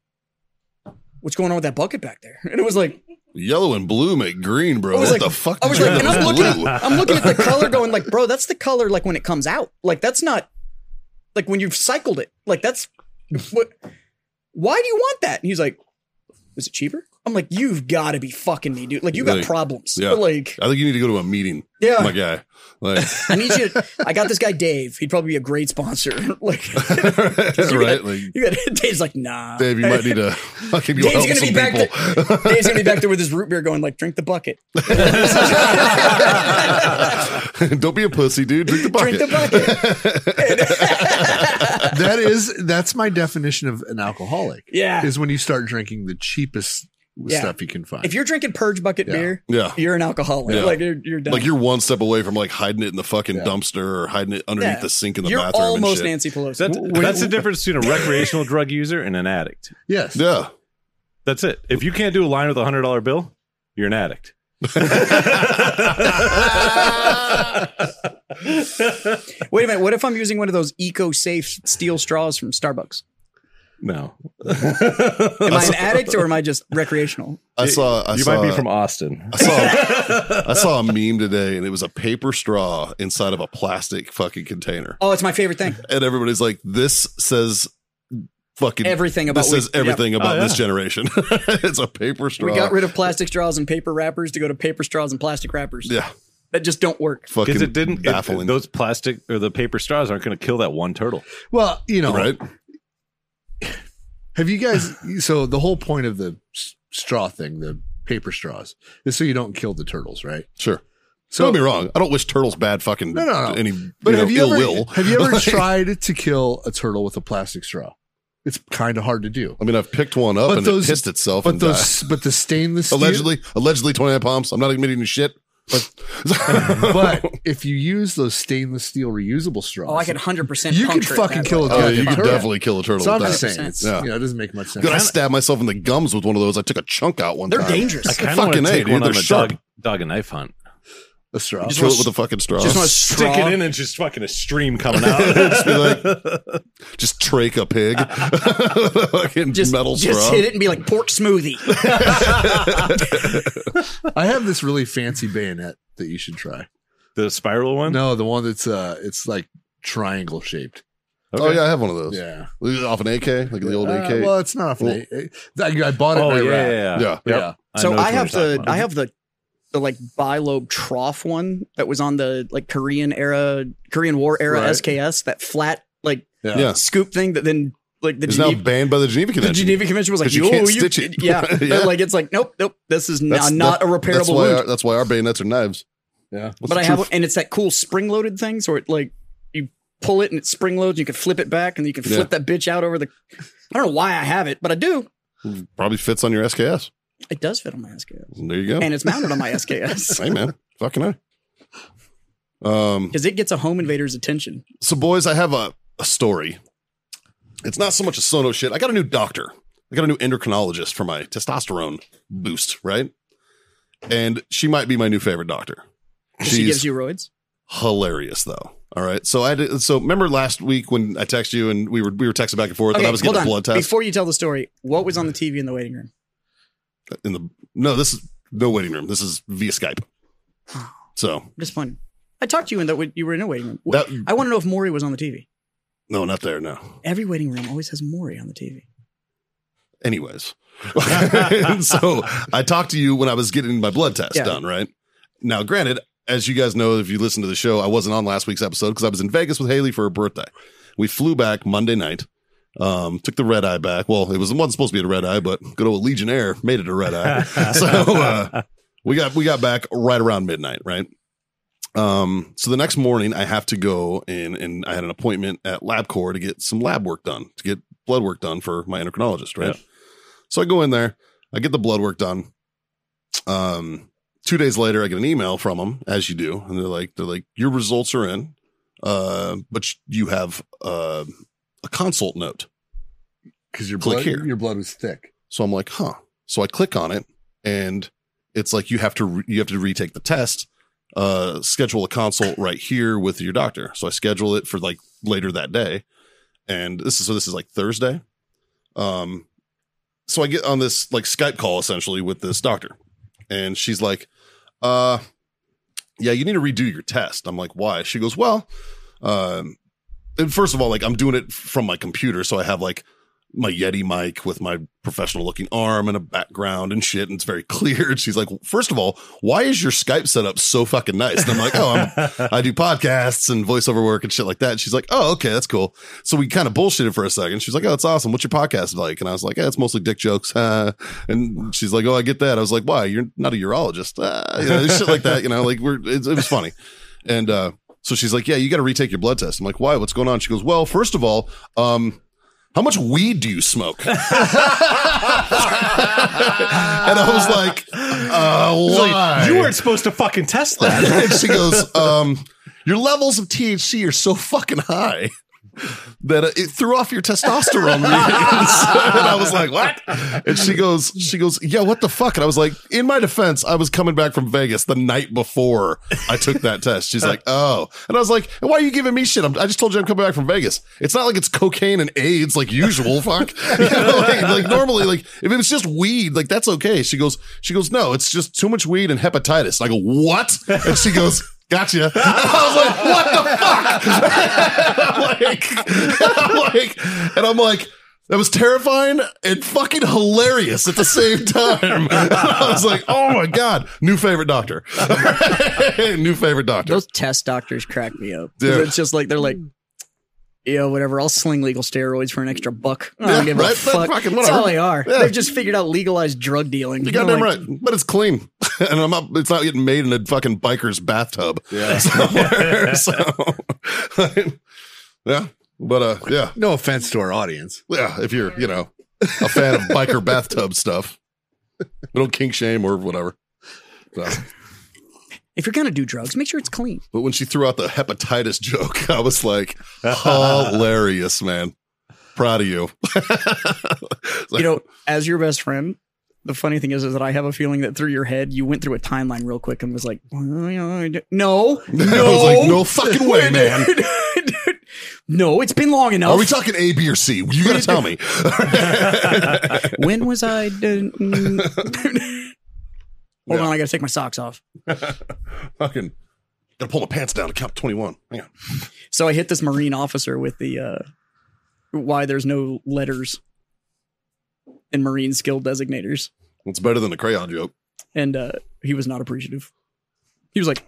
E: "What's going on with that bucket back there?" And it was like.
D: Yellow and blue make green, bro.
E: I
D: What
E: was
D: the
E: like-
D: fuck?
E: I was
D: did
E: like, and
D: you
E: I'm
D: do with
E: looking,
D: blue?
E: I'm looking at the color going like, bro, that's the color like when it comes out. Like that's not like when you've cycled it. Like that's what why do you want that? And he's like, Is it cheaper? I'm like, you've gotta be fucking me, dude. Like you got
D: Like,
E: problems.
D: yeah.
E: But, like,
D: I think you need to go to a meeting,
E: yeah.
D: my guy. Like,
E: I need you to, I got this guy Dave. He'd probably be a great sponsor. like
D: right? Like,
E: you got Dave's like, nah.
D: Dave, you might need to fucking go
E: Dave's
D: help
E: gonna
D: some
E: be back
D: people.
E: there. Dave's gonna be back there with his root beer going like drink the bucket.
D: Don't be a pussy, dude. Drink the bucket.
E: Drink the bucket.
F: That is that's my definition of an alcoholic.
E: Yeah.
F: Is when you start drinking the cheapest
E: Yeah.
F: stuff you can find.
E: If you're drinking purge bucket beer,
D: Yeah.
E: you're an alcoholic.
D: Yeah.
E: Like you're you're done.
D: Like you're one step away from like hiding it in the fucking dumpster or hiding it underneath
E: Yeah.
D: the sink in the
E: You're
D: bathroom.
E: almost
D: and shit.
E: Nancy Pelosi.
C: That's,
F: Wait,
C: that's the
F: wh-
C: difference between a recreational drug user and an addict.
F: yes.
D: Yeah.
C: That's it. If you can't do a line with a hundred dollar bill, you're an addict.
E: Wait a minute. What if I'm using one of those eco-safe steel straws from Starbucks?
C: No,
E: Am I an addict or am I just recreational?
D: I saw. I
C: you
D: saw,
C: might be from Austin.
D: I saw. I saw a meme today, and it was a paper straw inside of a plastic fucking container,
E: Oh, it's my favorite thing.
D: and everybody's like, "This says." Fucking
E: Everything about
D: this says
E: we-
D: everything about
C: Oh,
D: this
C: yeah.
D: generation. it's a paper straw.
E: We got rid of plastic straws and paper wrappers to go to paper straws and plastic wrappers
D: yeah,
E: that just don't work.
D: fucking
C: Because it didn't. it-
D: baffling.
C: those plastic or the paper straws aren't going to kill that one turtle.
F: Well, you know,
D: right?
F: Have you guys? So the whole point of the s- straw thing, the paper straws, is so you don't kill the turtles, right?
D: Sure.
F: So
D: don't get me wrong. I don't wish turtles bad fucking
F: No, no, no.
D: any
F: But
D: you know,
F: have you
D: ill
F: ever
D: will.
F: have you ever
D: Like,
F: tried to kill a turtle with a plastic straw? It's kind of hard to do.
D: I mean, I've picked one up
F: But
D: and
F: those-
D: it pissed itself.
F: But
D: and
F: those, but the stainless
D: died.
F: steel-
D: allegedly, allegedly, twenty nine palms. I'm not admitting to shit. Oh,
F: But if you use those stainless steel reusable straws,
E: Oh, I could 100%
F: you could
E: puncture it
F: fucking
E: that
F: kill a
E: way.
D: Oh, yeah,
F: goddamn
D: you could
F: turtle.
D: definitely kill a turtle
F: So I'm
D: with
F: just
D: that.
F: saying, it's,
D: Yeah.
F: you know, it doesn't make much sense.
D: Dude, I stabbed myself in the gums with one of those. I took a chunk out one
E: They're
D: time.
E: dangerous.
C: I kind of want
D: Fucking
C: to
D: A,
C: take
D: dude,
C: one
D: they're
C: on a
D: sharp.
C: dog, dog and knife hunt.
F: a straw.
D: Kill it with a fucking straw.
E: just want to
C: Stick
E: straw.
C: it in and just fucking a stream coming out.
D: Be like, just trach a pig. fucking
E: Just,
D: metal straw.
E: just hit it and be like pork smoothie.
F: I have this really fancy bayonet that you should try.
C: the spiral one.
F: No, the one that's uh, it's like triangle shaped.
D: Oh yeah, I have one of those.
F: Yeah,
D: Off an AK, like the old
F: Uh,
D: AK.
F: well, it's not. Well, I, I bought it.
C: Oh yeah,
F: in
C: yeah, yeah.
F: Iraq.
D: Yeah.
F: yeah.
C: Yep.
E: so
C: know what
E: I
C: you're
E: have
C: talking
E: the
C: about.
E: I have the the like bilobe trough one that was on the like Korean era Korean War era
F: Right.
E: SKS that flat like
F: Yeah.
D: Yeah.
E: scoop thing that then like the
D: It's
E: Geneva,
D: now banned by the
E: the
D: Geneva Convention.
E: Geneva Convention was like
D: 'Cause you can't
E: "Yo,
D: stitch it."
E: yeah, They're
D: Yeah.
E: like it's like nope nope this is
D: That's-
E: not, not
D: that-
E: a
D: that's
E: repairable
D: why,
E: wound
D: our, that's why our bayonets are knives.
F: Yeah.
D: What's
E: but
D: the
E: I have
D: truth?
E: one- and it's that cool spring loaded thing so it like you pull it and it spring loads you can flip it back and you can flip that bitch out over the I don't know why I have it but I do
D: probably fits on your SKS.
E: it does fit on my SKS
D: There you go.
E: and it's mounted on my SKS
D: hey man, fucking I. Um,
E: because it gets a home invader's attention.
D: so boys, I have a, a story. It's not so much a sono shit. I got a new doctor. I got a new endocrinologist for my testosterone boost, right? And she might be my new favorite doctor.
E: She
D: She's-
E: gives you roids.
D: hilarious though. All right. So I had to, so remember last week when I texted you and we were we were texting back and forth and I was getting a blood test
E: Before you tell the story, what was on the TV in the waiting room?
D: in the no this is no waiting room. This is via Skype. So
E: I'm just wondering. I talked to you in that you were in a waiting room.
D: that
E: I want to know if Maury was on the TV.
D: no not there no.
E: Every waiting room always has Maury on the TV.
D: Anyways, so I talked to you when I was getting my blood test
E: Yeah.
D: done. Right now, granted, as you guys know, if you listen to the show, I wasn't on last week's episode because I was in Vegas with Haley for her birthday. We flew back Monday night. Um, took the red eye back. Well, it was it wasn't supposed to be a red eye, but good old Legionnaire made it a red eye. so uh, we got we got back right around midnight, right? Um, so the next morning I have to go in and I had an appointment at LabCorp to get some lab work done, to get blood work done for my endocrinologist, right?
C: Yeah.
D: So I go in there, I get the blood work done. Um, two days later I get an email from them, as you do, and they're like, they're like, your results are in, uh, but you have uh, a consult note.
F: Because your
D: Click
F: blood,
D: here.
F: your blood was thick.
D: So I'm like, huh. So I click on it, and it's like you have to re- you have to retake the test. Uh, schedule a consult right here with your doctor. So I schedule it for like later that day, and this is so this is like Thursday. Um, so I get on this like Skype call essentially with this doctor, and she's like, "Uh, yeah, you need to redo your test." I'm like, "Why?" She goes, "Well, um, and first of all, like I'm doing it from my computer, so I have like my Yeti mic with my professional looking arm and a background and shit, and it's very clear. And she's like, first of all, why is your Skype setup so fucking nice? And I'm like, oh, I'm, I do podcasts and voiceover work and shit like that. And she's like, oh, okay, that's cool. So we kind of bullshitted for a second. She's like, oh, that's awesome. What's your podcast like? And I was like, yeah, it's mostly dick jokes. Uh, and she's like, oh, I get that. I was like, why? You're not a urologist. Uh, you know, shit like that. You know, like we're, it, it was funny. And, uh, so she's like, yeah, you got to retake your blood test. I'm like, why? What's going on? She goes, well, first of all, um, how much weed do you smoke? and I was like, uh,
C: It's like,
D: why?
C: you weren't supposed to fucking test that.
D: and she goes, um, your levels of THC are so fucking high that uh, it threw off your testosterone readings. and I was like, what? And she goes, she goes, yeah, what the fuck? And I was like, in my defense, I was coming back from Vegas the night before I took that test. She's like, oh. And I was like, why are you giving me shit? I'm, I just told you I'm coming back from Vegas. It's not like it's cocaine and AIDS like usual. fuck. You know, like, like normally, like if it was just weed, like that's okay. She goes, she goes, no, it's just too much weed and hepatitis. And I go, what? And she goes, gotcha. I was like, what the like, I'm like, and I'm like, that was terrifying and fucking hilarious at the same time. I was like, oh my God, new favorite doctor. new favorite doctor.
E: Those test doctors crack me up. 'Cause
D: Dude.
E: It's just like they're like, yeah, whatever. I'll sling legal steroids for an extra buck. I don't
D: Yeah,
E: give
D: right?
E: a fuck.
D: Fucking
E: That's all
D: whatever.
E: they are.
D: Yeah.
E: They've just figured out legalized drug dealing.
D: You
E: They're
D: goddamn
E: like,
D: right, but it's clean, and I'm not. It's not getting made in a fucking biker's bathtub. Yeah. Somewhere. so, yeah. But uh, yeah,
F: No offense to our audience.
D: yeah. If you're, you know, a fan of biker bathtub stuff, we don't kink shame or whatever. So.
E: If you're gonna do drugs, make sure it's clean.
D: But when she threw out the hepatitis joke, I was like, hilarious, man. Proud of you. It's
E: you
D: like,
E: know, as your best friend, the funny thing is, is that I have a feeling that through your head, you went through a timeline real quick and was like, "Well, you know, I d- no, no,
D: I was like, no fucking way, man.
E: no, it's been long enough.
D: Are we talking A, B, or C? You gotta tell me.
E: when was I? d- mm. Hold on, I gotta take my socks off.
D: fucking gotta pull my pants down to count 21. Hang on.
E: So I hit this Marine officer with the uh, why there's no letters in Marine skill designators,
D: It's better than a crayon joke.
E: and uh, he was not appreciative. He was like,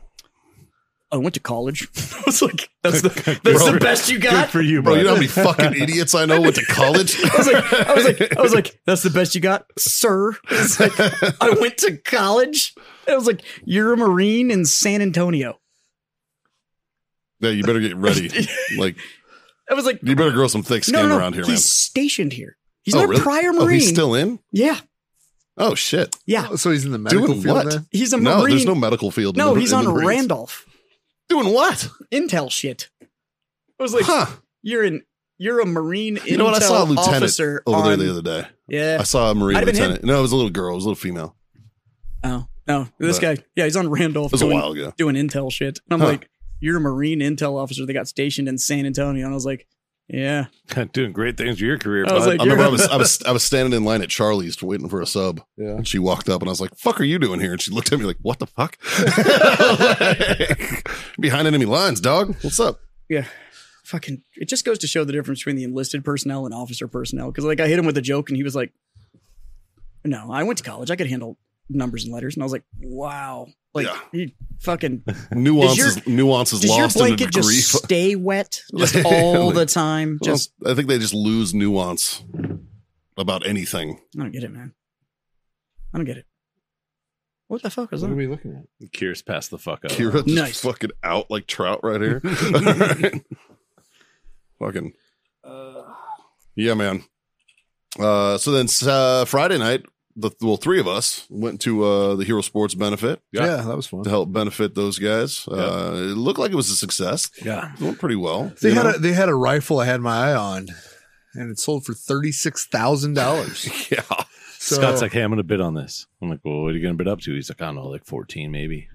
E: "I went to college." I was like, "That's the that's the best you
C: Good
E: got."
C: for you, bro.
D: Bro, you know how many fucking idiots I know went to college?
E: I was like, I was like, oh. I was like, that's the best you got, sir. I was like, I went to college. I was like, you're a Marine in San Antonio.
D: yeah, you better get ready. Like,
E: I was like,
D: you better grow some thick skin
E: no, no, no.
D: around here,
E: he's
D: man.
E: stationed here. He's
D: Oh,
E: not
D: really?
E: a prior
D: Oh,
E: Marine.
D: he's still in?
E: yeah,
D: Oh, shit.
E: yeah.
F: So he's in the medical
D: Doing
F: field
D: what?
F: then?
E: He's a
D: No,
E: Marine.
D: there's no medical field. in
E: No,
D: the-
E: he's
D: in
E: on
D: the Marines.
E: Randolph
D: Doing what?
E: intel shit. I was like,
D: huh.
E: you're in, you're a Marine
D: You know what? I saw a
E: intel
D: lieutenant
E: officer
D: over there
E: on-
D: the other day.
E: Yeah.
D: I saw a Marine
E: Might've been
D: lieutenant. No, it was a little girl. It was a little female.
E: Oh no, this
D: But-
E: guy. Yeah, he's on Randolph.
D: It was a
E: doing-
D: while ago.
E: doing intel shit. And I'm
D: Huh.
E: like, you're a Marine intel officer that got stationed in San Antonio. And I was like, yeah.
C: doing great things for your career.
E: I was
C: bud.
E: like,
D: I remember
E: you're-
D: I was, I was I was standing in line at Charlie's waiting for a sub.
F: Yeah.
D: And she walked up and I was like, fuck are you doing here? And she looked at me like, what the fuck? Like, Behind enemy lines, dog. What's up?
E: Yeah. Fucking, it just goes to show the difference between the enlisted personnel and officer personnel. Cause like I hit him with a joke and he was like, no, I went to college. I could handle numbers and letters. And I was like, wow. Like,
D: Yeah.
E: you fucking,
D: Nuance
E: your-
D: is nuance is
E: does your
D: lost in the
E: blanket just
D: grief.
E: stay wet just all
D: Like,
E: the time?
D: Well,
E: Just,
D: I think they just lose nuance about anything.
E: I don't get it, man. I don't get it. What the fuck was
F: What are
E: that?
F: we looking at?
C: Curious, pass the fuck up.
D: Kira just
E: Nice.
D: fucking out like trout right here. fucking. yeah, man. Uh, so then uh, Friday night, the well, three of us went to uh, the Hero Sports benefit
C: Yeah.
F: Yeah, that was fun.
D: to help benefit those guys. Uh, it looked like it was a success.
C: Yeah.
D: It went pretty well.
F: They
D: you
F: had
D: know?
F: a they had a rifle I had my eye on, and it sold for thirty six thousand dollars.
D: yeah.
F: So
C: Scott's like, hey, I'm going to bid on this. I'm like, well, what are you going to bid up to? He's like, I don't know, like 14 maybe.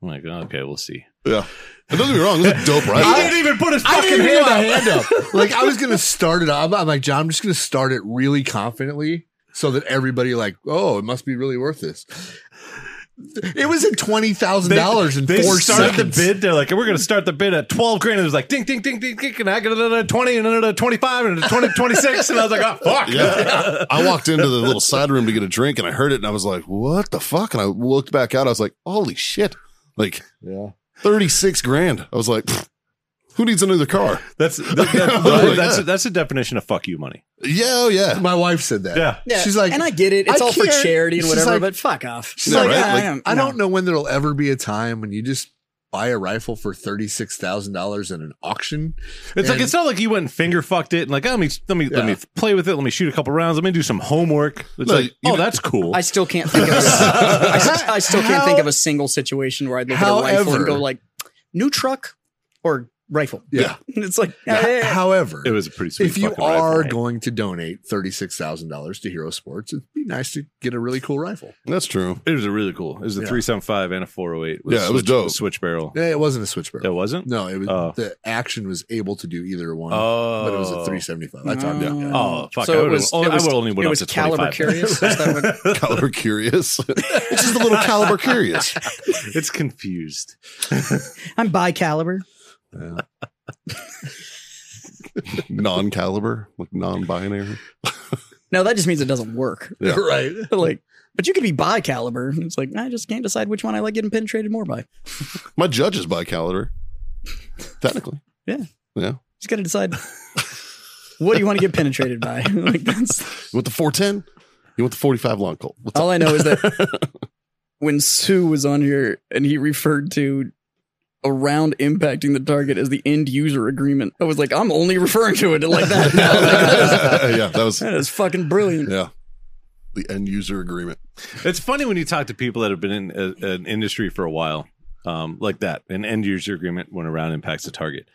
C: I'm like, oh, okay, we'll see.
D: Yeah. And don't get me wrong, it was a dope rifle.
C: even put his
F: I didn't even put my hand up. Like I was gonna start it up. I'm like, John, I'm just gonna start it really confidently so that everybody like, oh, it must be really worth this. It was at twenty thousand dollars in
C: They
F: four
C: started
F: seconds.
C: the bid. They're like, we're going to start the bid at 12 grand. And it was like, ding, ding, ding, ding, ding. And I got another 20 and another 25 and another 20, 26. And I was like, oh, fuck.
D: Yeah. I walked into the little side room to get a drink and I heard it and I was like, what the fuck? And I looked back out. I was like, holy shit. Like
F: Yeah.
D: 36 grand. I was like, pfft, who needs another car?
C: That's that, that-
D: Right.
C: that's, that's a definition of fuck you money.
D: Yeah. Oh, yeah.
F: My wife said that.
C: Yeah.
E: Yeah,
F: She's like,
E: and I get it. It's
F: I
E: all for
F: can't-
E: charity and
F: she's
E: whatever,
F: like-
E: but fuck off.
F: she's
D: Yeah,
F: like,
D: right?
E: I,
D: Like,
E: don't,
F: I don't know when there'll ever be a time when you just buy a rifle for thirty six thousand dollars at an auction.
C: It's like
F: And-
C: it's not like you went and finger fucked it and like oh, let me let me let
F: Yeah.
C: me play with it. Let me shoot a couple rounds. Let me do some homework. It's
D: No,
C: like
D: you-
C: oh, that's cool.
E: I still can't think of. A, I, st- I still can't think of a single situation where I'd look at a rifle and
F: However-
E: go like, "New truck or rifle?"
F: Yeah.
E: It's like,
F: H-
E: eh,
F: However,
C: it was a pretty sweet.
F: if you
C: fucking rifle.
F: are going to donate thirty six thousand dollars to Hero Sports, it'd be nice to get a really cool rifle.
D: That's true.
C: it was a really cool. It was a
F: Yeah.
C: three seven five and a four oh eight.
D: Yeah, it was dope.
C: Switch barrel.
F: Yeah, it wasn't a switch barrel.
C: That wasn't.
F: No, it was
C: Oh.
F: the action was able to do either one,
C: Oh,
F: but it was a three seventy five. I talked to
E: No.
F: him.
C: Oh fuck!
E: So
C: I
E: it
C: would've-
E: was-
C: oh,
E: it
C: I
E: was-
C: would only went
E: it
C: up
E: was
C: to
E: caliber
C: 25.
E: curious? Is that
D: Caliber curious. it's just a little caliber curious.
C: it's confused.
E: I'm bi caliber.
D: Non caliber, like non binary.
E: No, that just means it doesn't work.
D: Yeah.
F: right.
E: But like, but you could be bi caliber. It's like I just can't decide which one I like getting penetrated more by.
D: My judge is bi caliber. Technically.
E: Yeah.
D: Yeah.
E: Just got to decide what do you want to get penetrated by. like that's
D: You want the 410? You want the 45 long colt? What's
E: All I know is that when Sue was on here and he referred to a round impacting the target as the end user agreement, I was like, I'm only referring to it like that. now. Like, that, is,
D: yeah, that was
E: that is fucking brilliant.
D: yeah. The end user agreement.
C: It's funny when you talk to people that have been in a, an industry for a while. um, like that. An end user agreement when a round impacts the target.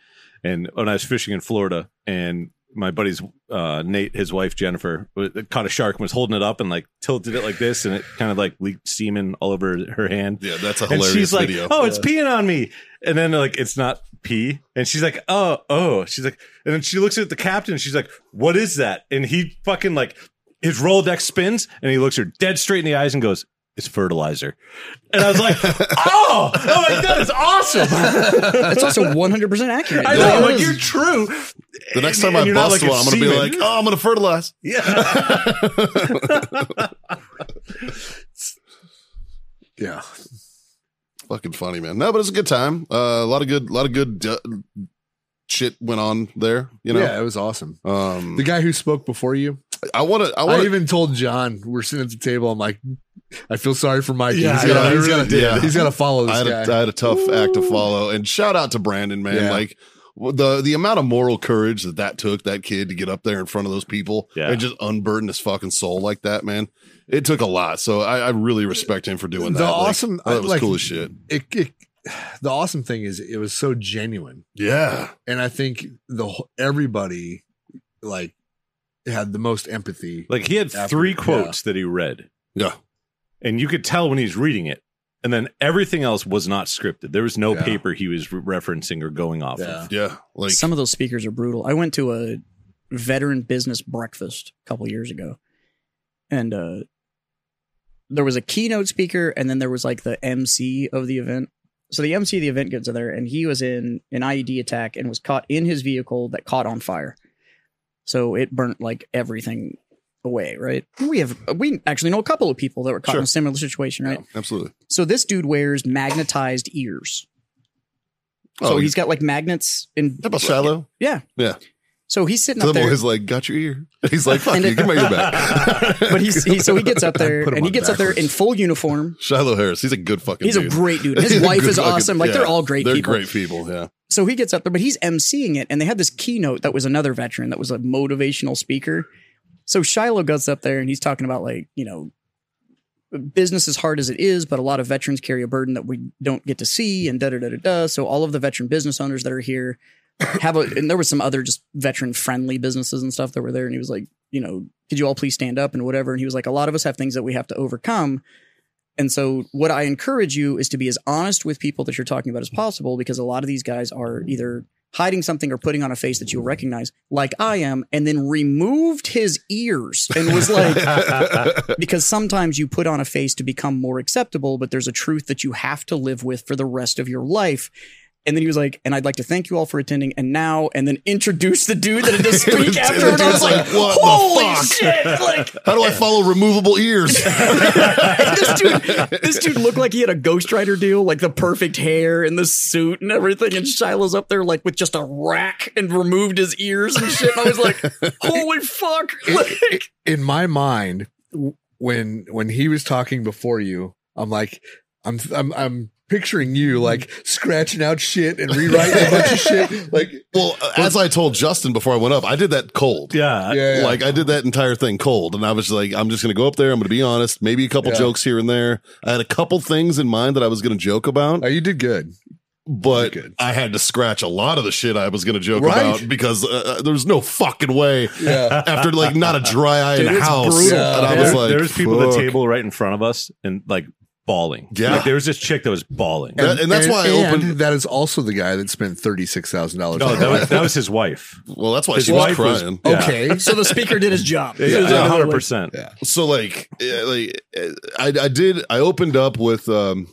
C: And when I was fishing in Florida, and my buddy's uh, Nate, his wife Jennifer, wa- caught a shark and was holding it up and like tilted it like this, and it kind of like leaked semen all over her hand.
D: Yeah, that's a
C: And
D: hilarious
C: she's like,
D: video.
C: "Oh, it's peeing on me," and then like it's not pee, and she's like, "Oh, oh," she's like, and then she looks at the captain, and she's like, "What is that?" And he fucking like his Rolodex spins, and he looks her dead straight in the eyes and goes, "It's fertilizer," and I was like, "Oh, oh my god, it's awesome!"
E: That's also 100% accurate.
C: I know,
E: It
C: like
E: is.
C: you're true.
D: the next
C: And-
D: time
C: and
D: I
C: you're not,
D: bust
C: like,
D: one, I'm gonna be
C: semen.
D: like, oh, I'm gonna fertilize.
C: "Yeah."
F: Yeah.
D: Fucking funny, man. No, but it's a good time. Uh, a lot of good, a lot of good uh, shit went on there. You know.
F: yeah, it was awesome.
D: Um,
F: The guy who spoke before you,
D: I want to. I
F: I,
D: want to.
F: even told John we're sitting at the table. I'm like, I feel sorry for Mike.
D: Yeah,
F: he's got
D: yeah, I
F: to
D: really did.
F: he's got to follow
D: I
F: this
D: had,
F: guy.
D: a, I had a tough act to follow, and shout out to Brandon, man.
F: Yeah.
D: Like w- the the amount of moral courage that that took that kid to get up there in front of those people
C: Yeah.
D: and just unburden his fucking soul like that, man. It took a lot, so I, I really respect him for doing
F: The
D: that. Like,
F: awesome-
D: that was
F: like-
D: cool as shit.
F: it, it, the awesome thing is it was so genuine,
D: Yeah,
F: and I think the wh- everybody like had the most empathy.
C: like he had
F: After-
C: three
F: yeah.
C: quotes that he read.
D: yeah.
C: and you could tell when he's reading it and then everything else was not scripted there was no
F: Yeah.
C: paper he was re- referencing or going off
F: Yeah.
C: of
D: Yeah, like
E: Some of those speakers are brutal. I went to a veteran business breakfast a couple years ago, and uh, there was a keynote speaker, and then there was like the MC of the event. So the MC of the event gets there, and he was in an IED attack and was caught in his vehicle that caught on fire. So it burnt like everything away, right? We have we actually know a couple of people that were caught in
D: Sure.
E: a similar situation, right?
D: absolutely.
E: So this dude wears magnetized ears. so
D: Oh,
E: he's got like magnets in
D: How about shallow?
E: yeah.
D: Yeah.
E: So he's sitting
D: So
E: up
D: the
E: there,
D: boy's like, got your ear. He's like, fuck
E: And
D: you,
E: it-
D: give my ear back.
E: but he's he, so he gets up there
F: Put him
E: and he
F: on
E: gets up there in
F: backwards.
E: full uniform.
D: Shiloh Harris, he's a good fucking
E: He's a
D: dude.
E: great dude. His
D: He's a
E: wife
D: good
E: is
D: fucking-
E: awesome. Like
D: yeah.
E: they're all great
D: They're
E: people.
D: great people, yeah.
E: So he gets up there, but he's emceeing it, and they had this keynote that was another veteran that was a motivational speaker. So Shiloh gets up there and he's talking about like you know business as hard as it is, but a lot of veterans carry a burden that we don't get to see, and da da da da da. So all of the veteran business owners that are here have a, and there was some other just veteran friendly businesses and stuff that were there, and he was like, you know, could you all please stand up and whatever? And he was like, a lot of us have things that we have to overcome. And so, what I encourage you is to be as honest with people that you're talking about as possible, because a lot of these guys are either hiding something or putting on a face that you'll recognize, like I am, and then removed his ears and was like, because sometimes you put on a face to become more acceptable, but there's a truth that you have to live with for the rest of your life. And then he was like, and I'd like to thank you all for attending. And now, and then introduce the dude that had to speak after. And I was like,
D: what the
E: holy
D: fuck?
E: shit. Like,
D: How do I follow removable ears?
E: and this dude, this dude looked like he had a ghostwriter deal, like the perfect hair and the suit and everything. And Shiloh's up there, like with just a rack and removed his ears and shit. And I was like, holy fuck. Like,
F: in my mind w- when when he was talking before you i'm like i'm i'm, I'm picturing you like scratching out shit and rewriting a bunch of shit like
D: well, as I told Justin before I went up, I did that cold.
C: yeah,
F: yeah, yeah.
D: Like I did that entire thing cold, and I was like, I'm just gonna go up there. I'm gonna be honest. Maybe a couple
F: Yeah.
D: jokes here and there. I had a couple things in mind that I was gonna joke about,
F: oh, you did good
D: but
F: good.
D: I had to scratch a lot of the shit I was gonna joke
F: Right.
D: about because uh, uh, there was no fucking way
F: yeah
D: after like not a dry eye in
E: Dude,
D: the
E: it's
D: house.
E: brutal.
D: And I
C: there,
D: was like,
C: there was people at
D: fuck.
C: the table right in front of us and like bawling
D: Yeah.
C: like, there was this chick that was bawling
D: That- and that's why I
F: and
D: opened-
F: that is also the guy that spent $36000
C: no that was, that was his wife
D: Well, that's why
C: his
D: she was
C: wife was-
D: crying.
C: Yeah.
F: okay
E: so the speaker did his job.
C: it was
D: Yeah.
C: 100%
D: so like eh, like eh, I, I did i opened up with um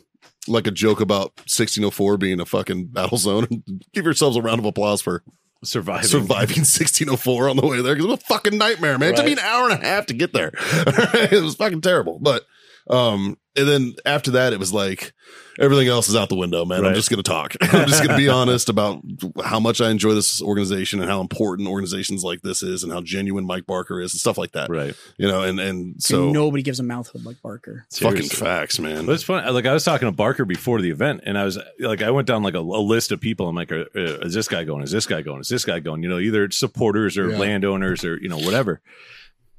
D: like a joke about 1604 being a fucking battle zone give yourselves a round of applause for
C: surviving
D: surviving 1604 on the way there because it was a fucking nightmare man it took me an hour and a half to get there it was fucking terrible but um and then after that it was like everything else is out the window man i'm
C: Right.
D: just gonna talk i'm just gonna be honest about how much i enjoy this organization and how important organizations like this is and how genuine mike barker is and stuff like that
C: right
D: you know and and so
E: So nobody gives a mouthful like Barker.
D: Fucking
C: Seriously.
D: facts, man.
C: But it's funny. Like I was talking to Barker before the event, and I was like, I went down like a, a list of people. I'm like, "Uh, uh, is this guy going? Is this guy going? Is this guy going? You know, either it's supporters or
F: Yeah.
C: landowners or you know whatever.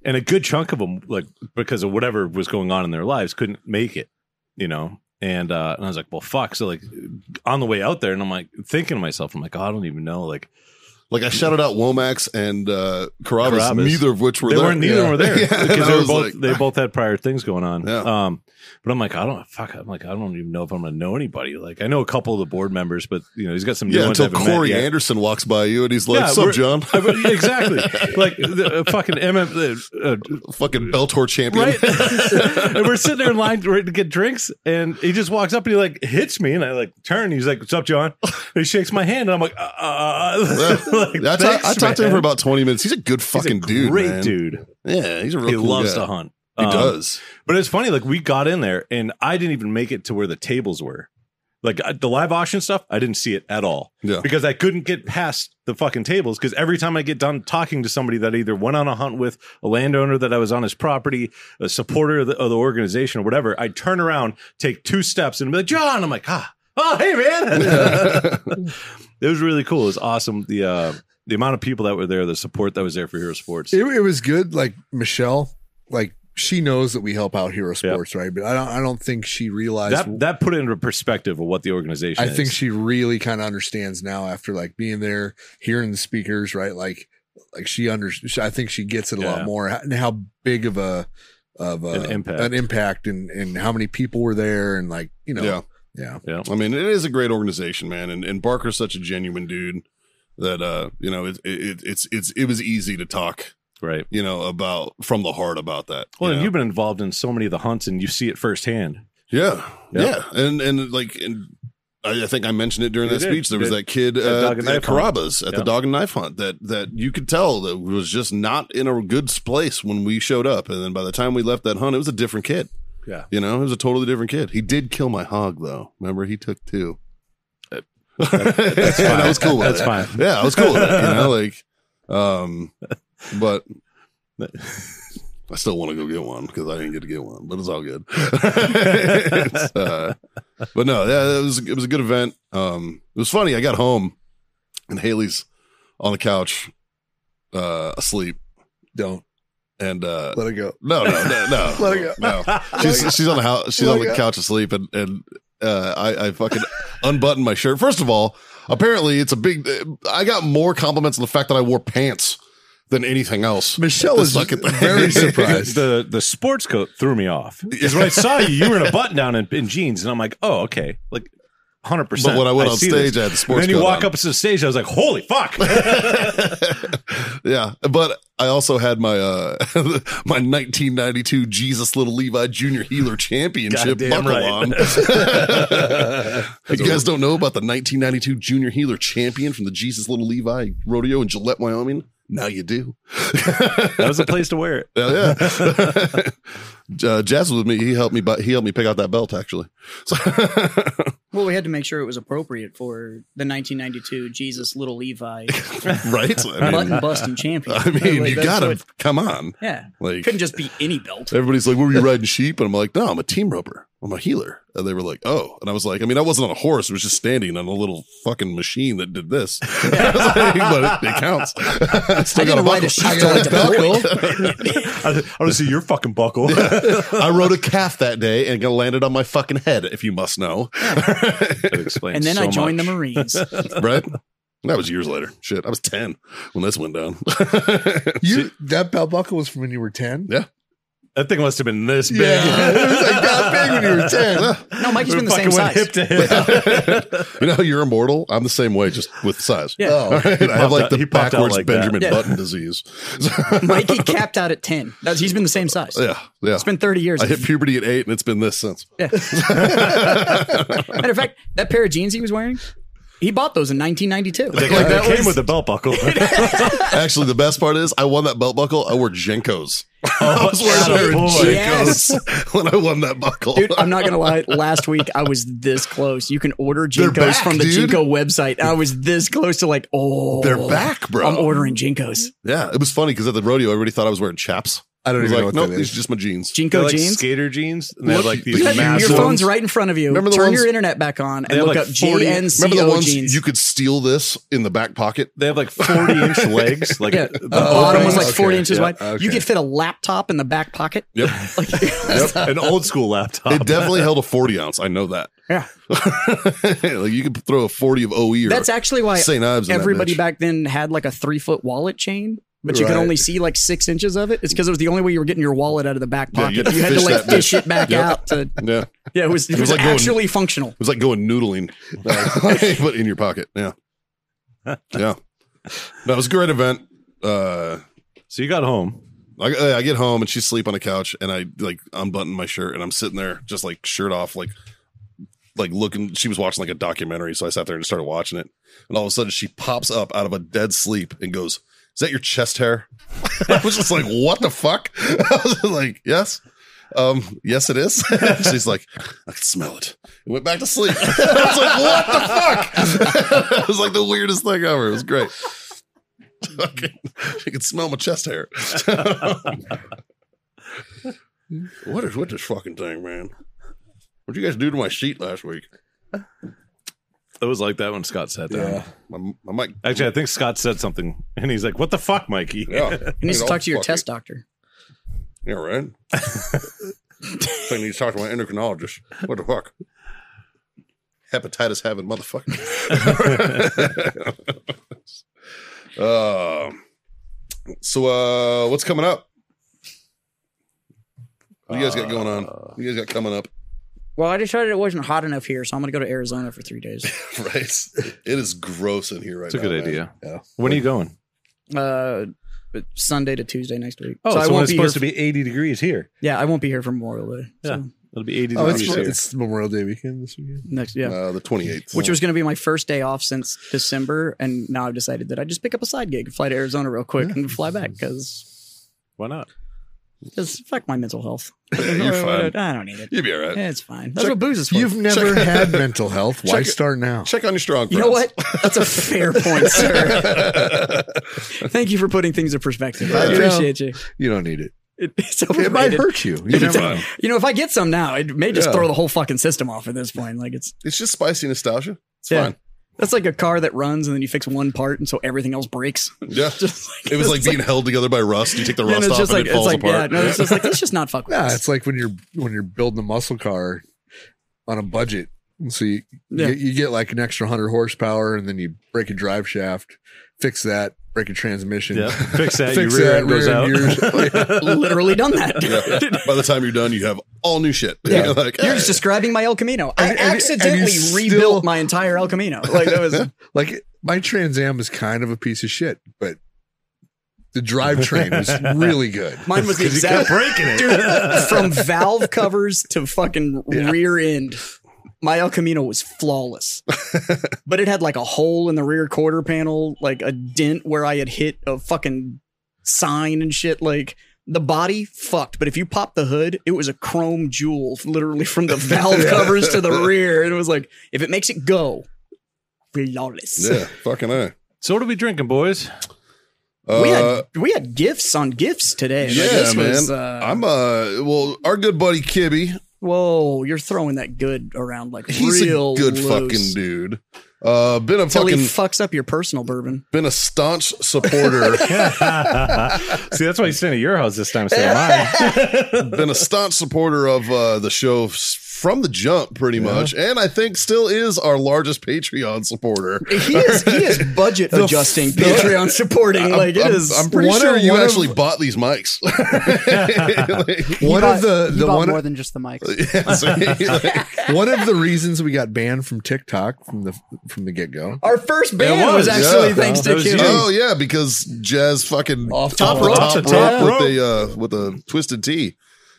C: And a good chunk of them, like because of whatever was going on in their lives, couldn't make it. You know, and uh, and I was like, well, fuck. So like, on the way out there, and I'm like thinking to myself, I'm like, oh, I don't even know. Like
D: Like I shouted out Womax and uh, Carabas,
C: Carabas.
D: neither of which were
C: they
D: there.
C: weren't neither
D: Yeah.
C: were there
D: Yeah, and
C: because they
D: I
C: were
D: was
C: both
D: like, "Ah."
C: they both had prior things going on.
D: Yeah.
C: Um, but I'm like, I don't fuck. I'm like, I don't even know if I'm gonna know anybody. Like I know a couple of the board members, but you know he's got some new
D: yeah,
C: ones I
D: until
C: haven't met
D: Corey
C: yet.
D: Anderson walks by you and he's like,
C: Yeah,
D: "Sup,
C: we're-
D: John?
C: I mean, exactly. Like the uh, fucking MM, uh, uh,
D: Fucking Bellator champion."
C: right? and we're sitting there in line to to get drinks, and he just walks up and he like hits me, and I like turn. He's like, "What's up, John?" And he shakes my hand, and I'm like, uh, uh, uh, like,
D: That's
C: "Thanks,
D: I talked to him
C: man."
D: for about twenty minutes. He's a good
C: He's a
D: fucking dude,
C: great
D: man.
C: dude.
D: Yeah, he's a real.
C: He
D: cool
C: loves
D: guy.
C: to hunt.
D: He
C: Um,
D: does.
C: But it's funny, like we got in there, and I didn't even make it to where the tables were. Like I- the live auction stuff, I didn't see it at all
D: Yeah.
C: because I couldn't get past the fucking tables. Because every time I get done talking to somebody that either went on a hunt with a landowner that I was on his property, a supporter of the, of the organization or whatever, I turn around, take two steps, and be like, John. I'm like, ah, oh, hey, man. it was really cool. It was awesome. The uh, the amount of people that were there, the support that was there for Hero Sports.
F: It, it was good. Like Michelle, like she knows that we help out Hero Sports, right? But I don't. I don't think she realized.
C: that that put it into perspective of what the organization.
F: I
C: is.
F: think she really kind of understands now after like being there, hearing the speakers, right? Like, like she under. I think she gets it a
C: Yeah.
F: lot more and how big of a of a,
C: An impact.
F: an impact, and and how many people were there, and like you know,
D: Yeah.
F: yeah, yeah.
D: I mean, it is a great organization, man, and and Barker's such a genuine dude that uh, you know, it, it it's it's it was easy to talk,
C: right.
D: you know, about from the heart about that.
C: Well,
D: you
C: and
D: know?
C: you've been involved in so many of the hunts, and you see it firsthand.
D: Yeah,
C: Yeah.
D: yeah, and and like and I, I think I mentioned it during
C: You
D: that
C: did.
D: speech. There
C: You
D: was
C: did.
D: that kid
C: At
D: uh,
C: Dog
D: at
C: and Knife Hunt.
D: Carabas at
C: Yeah.
D: the dog and knife hunt that that you could tell that was just not in a good place when we showed up, and then by the time we left that hunt, it was a different kid.
C: Yeah.
D: you know, it was a totally different kid. He did kill my hog though. Remember, he took two.
C: fine.
D: And I was cool with
C: That's
D: it.
C: fine.
D: Yeah, I was cool with it. You know, like, um, but I still want to go get one because I didn't get to get one, but it's all good. It's, uh, but no, yeah, it was it was a good event. Um, it was funny. I got home and Haley's on the couch, uh, asleep,
F: Don't
D: and uh,
F: let it go.
D: no, no, no, no,
F: Let it go.
D: no. She's she's on the house. She's
F: Let
D: on
F: it
D: the
F: go.
D: couch asleep, and and uh, I I fucking unbuttoned my shirt. First of all, apparently it's a big. I got more compliments on the fact that I wore pants than anything else.
F: Michelle
D: This
F: was
D: fucking thing.
F: very surprised.
C: The the sports coat threw me off because when I saw you, you were in a button down and in jeans, and I'm like, oh, okay, like. Hundred percent.
D: But when I went on stage, I had the sports
C: Then you
D: coat
C: walk
D: on.
C: up to the stage. I was like, "Holy fuck!"
D: yeah, but I also had my uh my 1992 Jesus Little Levi Junior Healer Championship
C: Goddamn
D: buckle
C: right.
D: on. you guys don't know about the 1992 Junior Healer Champion from the Jesus Little Levi Rodeo in Gillette, Wyoming. Now you do.
C: that was a place to wear it.
D: Hell yeah. uh, Jazz was with me. He helped me. But he helped me pick out that belt actually. So
E: Well, we had to make sure it was appropriate for the 1992 Jesus Little Levi
D: right. I mean,
E: button busting champion.
D: I mean
E: Like,
D: you
E: that's
D: got to
E: what-
D: come on.
E: Yeah,
D: Like
E: couldn't just be any belt.
D: everybody's like, "Where were you riding sheep?" And I'm like, "No, I'm a team roper. I'm a healer." And they were like, "Oh," and I was like, "I mean, I wasn't on a horse. I was just standing on a little fucking machine that did this." I was like, but it, it counts. Still
E: I didn't
D: got
E: ride
D: a
E: a
D: buckle.
E: sheep till I deployed.
C: I, I want to see your fucking buckle.
D: I rode a calf that day and it landed on my fucking head. If you must know,
C: That explains
E: And then I
C: so
E: joined
C: much.
E: the Marines.
D: right? That was years later. Shit, I was ten when this went down. Uh,
F: You that belt buckle was from when you were ten.
D: Yeah.
C: That thing must have been this big.
F: it was like that big when you were ten.
E: No, Mike's
C: We
E: been the same
C: fucking went
E: size.
C: hip to hip.
D: you know, how you're immortal. I'm the same way, just with size.
E: Yeah.
D: All right? I have
C: popped
D: like
C: out-
D: the
C: Oh. he popped out
D: backwards
C: like that.
D: Benjamin
E: Yeah.
D: Button disease.
E: Mikey capped out at 10. That's, he's been the same size.
D: yeah, yeah.
E: It's been 30 years.
D: I hit puberty at eight, and it's been this since.
E: Matter of fact, that pair of jeans he was wearing, he bought those in 1992.
C: They,
E: Like,
C: they
E: that
C: came
E: was-
C: with a belt buckle.
D: Actually, the best part is I won that belt buckle. I wore Jenkos.
C: Oh,
D: I was
C: atta
D: wearing
C: boy.
D: Jenkos when I won that buckle.
E: Dude, I'm not gonna lie. Last week I was this close. You can order
D: They're
E: Jinkos
D: back,
E: from the
D: dude.
E: Jinko website. I was this close to like, oh,
D: They're back, bro.
E: I'm ordering Jinkos.
D: yeah, it was funny because at the rodeo, everybody thought I was wearing chaps.
F: I
D: It
F: don't
D: was
F: even know
D: like,
F: what
D: nope,
F: that
D: these
F: is.
D: are just my jeans.
E: Jinko
C: They're like
E: jeans.
C: skater jeans, and they have
D: Look,
C: like these
D: look at
E: Your
C: massive.
E: phone's right in front of you.
D: Remember the
E: Turn
D: ones-
E: your internet back on
C: They have
E: and look
C: like
E: up
C: 40
D: Remember the
E: JNCO
D: ones
E: jeans.
D: you could steal this in the back pocket?
C: They have like forty inch legs. Like
E: yeah,
D: Oh,
C: the
E: the bottom
C: openings.
E: was like
F: okay,
E: 40 inches
C: yeah,
E: wide.
F: okay.
E: You could fit a laptop in the back pocket.
D: Yep.
E: Like,
C: Yep, an old school laptop.
D: It definitely held a 40 ounce. I know that.
E: Yeah.
D: like you could throw a 40 of OE or
E: That's actually why
D: St. Ives. in that
E: everybody
D: bitch.
E: back then had like a three foot wallet chain, but you could
F: Right.
E: only see like six inches of it. It's because it was the only way you were getting your wallet out of the back
D: Yeah, you
E: pocket.
D: had to
E: you had to
D: fish
E: like
D: that bitch.
E: fish it back
D: Yep.
E: out. To,
D: Yeah. It
E: yeah, it was, it
D: was
E: was,
D: like going-
E: actually functional.
D: was like going noodling, uh, but in your pocket. Yeah. Yeah. That was a great event. Uh,
C: So you got home.
D: I, I get home and she's asleep on the couch and I like unbutton my shirt and I'm sitting there just like shirt off, like like looking. She was watching like a documentary, so I sat there and started watching it. And all of a sudden, she pops up out of a dead sleep and goes, "Is that your chest hair?" I was just like, "What the fuck?" I was like, "Yes." Um, yes, it is. She's like, I can smell it. And went back to sleep. I was like, what the fuck? it was like the weirdest thing ever. It was great. Fucking- she could smell my chest hair. what is with this fucking thing, man? What'd you guys do to my sheet last week?
C: It was like that when Scott sat down.
D: My, my mic.
C: Actually, I think Scott said something, and he's like, "What the fuck, Mikey?"
D: Yeah.
E: You need to
D: oh, It all
E: talk to your
D: fucking-
E: test doctor.
D: Yeah, right. I need to talk to my endocrinologist. What the fuck? Hepatitis having motherfucker. Um. so, uh, what's coming up? What do you guys got going on? What do you guys got coming up?
E: Well, I decided it wasn't hot enough here, so I'm going to go to Arizona for three days.
D: Right. It is gross in here right
C: It's a
D: now.
C: good
D: man.
C: idea.
D: Yeah.
C: When are you going?
E: Uh, but Sunday to Tuesday next week.
C: Oh, so,
E: I
C: when
E: won't
C: it's
E: be
C: supposed
E: here.
C: to be eighty degrees here.
E: yeah, I won't be here for Memorial Day. So
C: Yeah. It'll be eighty
F: Oh, it's,
C: degrees here.
F: it's Memorial Day weekend this weekend.
E: next, yeah.
D: Uh, the 28th.
E: which was going to be my first day off since December, and now I've decided that I just pick up a side gig, fly to Arizona real quick, and fly back because
C: Why not?
E: fuck my mental health.
D: You're fine.
E: I don't need it.
D: You'll be all right.
E: It's fine. That's
D: Check-
E: what booze is for.
F: You've never had mental health. Why
D: Check it.
F: start now?
D: Check on your strong
E: you know what? That's a fair point, sir. Thank you for putting things in perspective. I
F: Yeah.
E: appreciate you.
F: You don't need it.
E: It, it's
F: It might
E: overrated.
F: hurt you. You never know.
E: You know, if I get some now, it may just
D: Yeah.
E: throw the whole fucking system off at this point. Like it's
D: It's just spicy nostalgia. It's
E: Yeah.
D: fine.
E: that's like a car that runs and then you fix one part and so everything else breaks.
D: Yeah.
E: Just like-
D: It was like
E: it's
D: being held together by rust. You take the
E: and
D: rust
E: it's
D: off and
E: just like
D: it falls
E: it's like yeah,
D: apart.
E: no, it's just like let's just not fuck with
F: Yeah,
E: this.
F: it's like when you're when you're building a muscle car on a budget. And So you,
E: Yeah.
F: you, you get like an extra hundred horsepower, and then you break a drive shaft, fix that, break a transmission,
C: Yeah, fix that.
F: fix
C: your rear
F: that,
C: end goes
F: rear
C: out.
F: end gears. Oh,
E: literally done that.
D: Yeah. By the time you're done, you have all new shit.
E: Yeah.
D: You're like,
E: You're
D: eh.
E: just describing my El Camino. I
F: And- and-
E: accidentally
F: and you
E: rebuilt
F: still-
E: my entire El Camino. Like that was
F: like my Trans Am is kind of a piece of shit, but the drivetrain was really good.
E: mine was the exact
C: breaking it.
E: dude from valve covers to fucking
F: Yeah.
E: rear end. My El Camino was flawless, but it had like a hole in the rear quarter panel, like a dent where I had hit a fucking sign and shit. Like the body fucked, but if you popped the hood, it was a chrome jewel, literally from the valve covers to the rear. It was like if it makes it go, flawless.
D: yeah, fucking I.
C: So what are we drinking, boys?
E: we
D: Uh,
E: had we had gifts on gifts today. Like,
D: yeah,
E: this
D: man.
E: was, uh,
D: I'm uh well, our good buddy Kibby,
E: whoa, you're throwing that good around like
D: he's
E: real
D: a good
E: loose.
D: fucking dude. Uh been a
E: Till
D: fucking
E: he fucks up your personal bourbon.
D: been a staunch supporter.
C: See, that's why he's staying at your house this time instead of mine.
D: been a staunch supporter of uh the show s- from the jump pretty much, and I think still is our largest Patreon supporter.
E: He is he is budget adjusting, Patreon supporting. like it
D: I'm,
E: is-
D: I'm pretty
F: one
D: sure
F: of-
D: you
F: one of-
D: actually bought these mics. Like,
F: One
G: bought,
F: of the
G: he
F: the
G: bought
F: one
G: more than just the mics.
D: yeah, so-
F: one of the reasons we got banned from TikTok from the from the get go.
E: our first band
C: was,
E: was, actually
D: yeah.
E: thanks
C: That
E: to
C: was
E: you.
C: you.
D: Oh yeah, because Jazz fucking
F: Off
D: top
F: the
D: the
F: rope.
D: top rope,
C: Top rope.
D: with the uh, with a twisted T.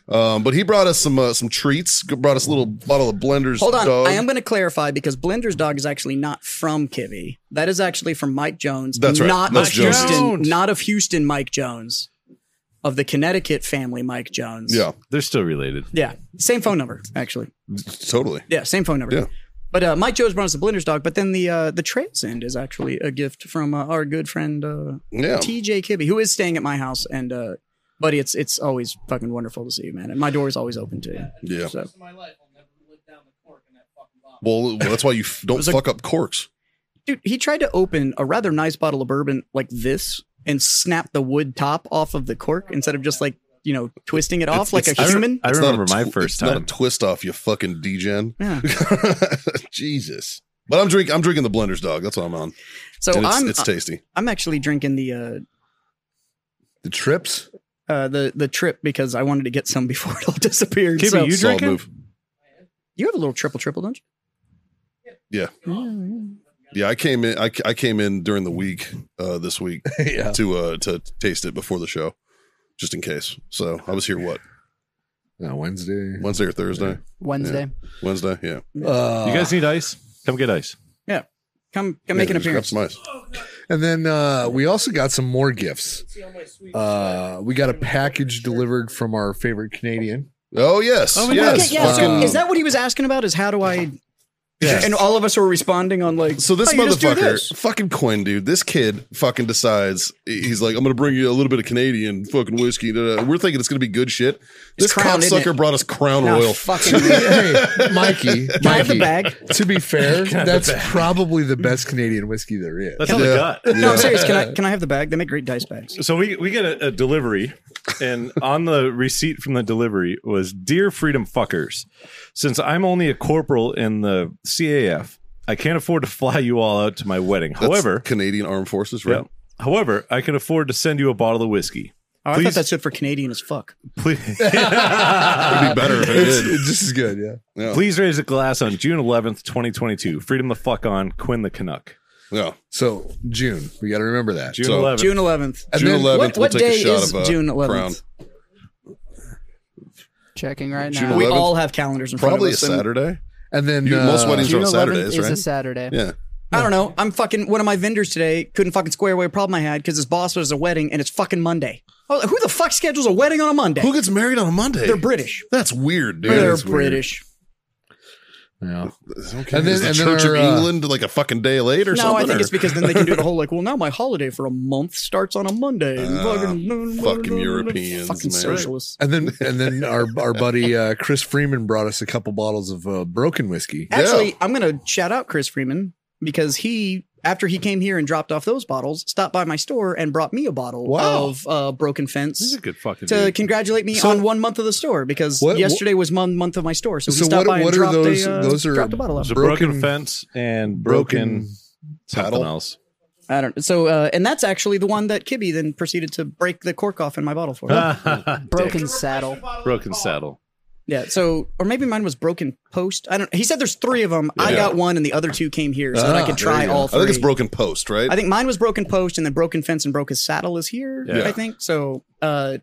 D: Um, but he brought us some uh, some treats. g- Brought us a little bottle of Blenders.
E: Hold on,
D: Dog.
E: I am going to clarify because Blender's dog is actually not from Kivy. That is actually from Mike Jones.
D: That's right.
E: Not
D: That's
E: of
D: Jones.
E: Houston.
C: Jones.
E: Not of Houston. Mike Jones, of the Connecticut family. Mike Jones.
D: yeah,
C: They're still related.
E: Yeah. Same phone number, actually.
D: totally.
E: Yeah, same phone number.
D: Yeah.
E: But uh, Mike Joe's brought us the Blender's dog, but then the uh, the Trails End is
D: Um,
E: actually a gift from uh, our good friend uh,
D: Yeah,
E: TJ Kibbe, who is staying at my house and uh, But it's it's always fucking wonderful to see you, man. And my door is always open to you.
D: Yeah.
E: So
D: Well, that's why you f- don't
E: was like-
D: fuck up corks.
E: dude, he tried to open a rather nice bottle of bourbon like this and snap the wood top off of the cork instead of just like, you know, twisting it off like a
C: I,
E: human.
C: I
D: It's not
C: remember
D: a
C: my
D: tw-
C: first
D: it's
C: time.
D: Not a twist off, you fucking degen.
E: yeah.
D: Jesus. But I'm drink. I'm drinking the blenders, dog. That's what I'm on.
E: So
D: and it's,
E: I'm uh,
D: it's tasty.
E: I'm actually drinking the uh
F: The trips.
E: uh, the the trip because I wanted to get some before it all disappeared.
C: KB,
E: so
C: you
D: Solid
C: drinking?
D: move.
E: you have a little triple triple, don't you?
D: Yeah. Yeah, I came in. I, ca- I came in during the week uh, this week
C: yeah.
D: to uh, to taste it before the show, just in case. So I was here what
F: No, uh, Wednesday.
D: Wednesday or Thursday?
G: Wednesday.
D: Wednesday, yeah.
F: Uh,
C: you guys need ice? Come get ice.
E: Come come make an
D: Yeah,
E: appearance.
D: just Grab some ice.
F: And then uh, we also got some more gifts. Uh, we got a package delivered from our favorite Canadian.
D: Oh yes,
C: Oh, we
D: yes.
E: Okay, yeah, so
D: fucking-
E: is that what he was asking about? Is how do I?
C: Yes.
E: And all of us were responding on like,
D: So this
E: "Oh, you just do
D: motherfucker,
E: this."
D: fucking Quinn, dude, this kid fucking decides he's like, I'm gonna bring you a little bit of Canadian fucking whiskey. da, da, da." We're thinking it's gonna be good shit. This
E: Crown, isn't
D: cocksucker
E: it?
D: brought us Crown
E: No,
D: Royal.
E: fucking.
F: hey, Mikey,
E: Can I have the
F: Mikey,
E: bag?
F: To be fair, that's probably the best Canadian whiskey there is.
C: That's all I
D: Yeah.
C: got.
E: No, I'm serious. Can I can I have the bag? They make great dice bags. Oh,
C: So we we get a, a delivery, and on the receipt from the delivery was "Dear Freedom Fuckers, since I'm only a corporal in the CAF, I can't afford to fly you all out to my wedding.
D: That's
C: However,
D: Canadian Armed Forces,
C: yeah,
D: right?
C: however, I can afford to send you a bottle of whiskey.
E: Oh, I
C: Please-
E: thought that stood for Canadian as fuck.
C: Please,
D: It'd be better if it
F: It's,
D: did.
F: it's just as good, yeah.
D: Yeah.
C: please raise a glass on June 11th, 2022. Freedom the fuck on Quinn the Canuck.
D: Yeah.
F: So June, we got to remember that.
C: June
D: So-
C: 11th.
E: June 11th.
F: And
D: June
F: then-
D: 11th,
E: What,
D: we'll
E: what
D: take
E: day
D: a shot
E: is
D: of uh,
E: June 11th?
D: Crown.
G: Checking right
D: June
G: now.
E: We
D: 11th?
E: all have calendars in front
D: Probably a
E: of us. and-
D: Saturday.
F: And then
D: You-
F: uh,
D: most weddings
G: June
D: are on
G: 11th
D: Saturdays,
G: is a
D: right?
G: Saturday.
D: Yeah.
E: I don't know. I'm fucking one of my vendors today couldn't fucking square away a problem I had because his boss was at a wedding and it's fucking Monday. Oh, who the fuck schedules a wedding on a Monday?
D: Who gets married on a Monday?
E: They're British.
D: That's weird, dude.
E: They're
D: That's weird.
E: British.
F: Yeah.
D: Okay.
F: And then-
D: is the
F: and then
D: Church
F: our,
D: of
F: uh,
D: England like a fucking day late or
E: no,
D: something?
E: I think
D: or-
E: it's because then they can do the whole like, well, now my holiday for a month starts on a Monday. and
D: Ah,
E: fucking,
D: fucking Europeans,
E: fucking
D: man.
E: socialists.
F: And then and then our our buddy uh, Chris Freeman brought us a couple bottles of uh, broken whiskey.
E: Actually, I'm gonna shout out Chris Freeman because he, after he came here and dropped off those bottles, stopped by my store and brought me a bottle
F: Wow.
E: of uh, Broken
C: This is
E: Fence
C: a good fucking
E: to
C: dude.
E: congratulate me
F: So-
E: on one month of the store because
F: What-
E: yesterday was one month of my store. So,
F: So
E: he stopped
F: what-
E: by
F: what
E: and
F: are
E: dropped
F: those-
E: a, uh,
F: those are-
E: dropped a bottle
C: There's
E: of.
C: a broken,
F: broken-
C: fence and broken, something
D: paddle?
C: else.
E: I don't. So uh, and that's actually the one that Kibby then proceeded to break the cork off in my bottle for.
G: Broken saddle.
C: broken saddle.
E: yeah. So or maybe mine was broken post. I don't. He said there's three of them. I
D: Yeah.
E: got one and the other two came here so that I
F: Ah,
E: could try all
D: I
E: three.
D: think it's broken post, right?
E: I think mine was broken post and then broken fence and broke his saddle is here.
C: Yeah.
E: I think so. Uh,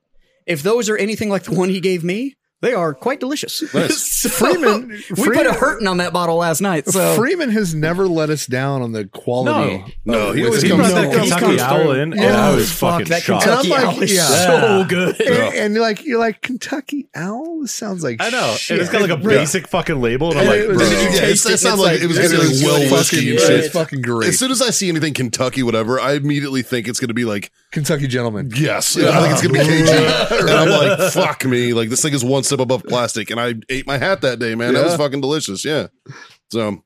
E: if those are anything like the one he gave me, they are quite delicious. So,
F: Freeman-
E: we put a
F: Freeman-
E: hurtin' on that bottle last night. So
F: Freeman has never let us down on the quality.
C: No.
D: no, he
F: He
D: always
C: He
D: comes
C: brought
E: No,
C: that
E: he
C: Kentucky
E: comes
C: Owl
E: through.
C: in, and I was fucking
E: that
C: shocked.
E: Kentucky
F: And I'm
E: Owl
F: like,
E: is
F: yeah.
E: so good.
F: And, and you're like you're like Kentucky Owl. This sounds like
C: I know.
F: Shit.
C: And it's got like a basic fucking label, and I'm
F: And
C: like,
F: it was-
C: bro.
F: Did you
D: Yeah,
F: taste
D: it's-
F: it?
D: it sounded
F: It's
D: like
F: like-
D: it was
F: it's
D: gonna be
F: like
D: well
F: fucking-
D: whiskey and
F: yeah,
D: shit.
F: it's fucking great.
D: As soon as I see anything Kentucky, whatever, I immediately think it's gonna be like
F: Kentucky gentleman.
D: yes. I think it's gonna be KG, and I'm like, fuck me. Like this thing is one step above plastic, and I ate my hat that day, man. That was
F: Yeah.
D: fucking delicious. Yeah. So,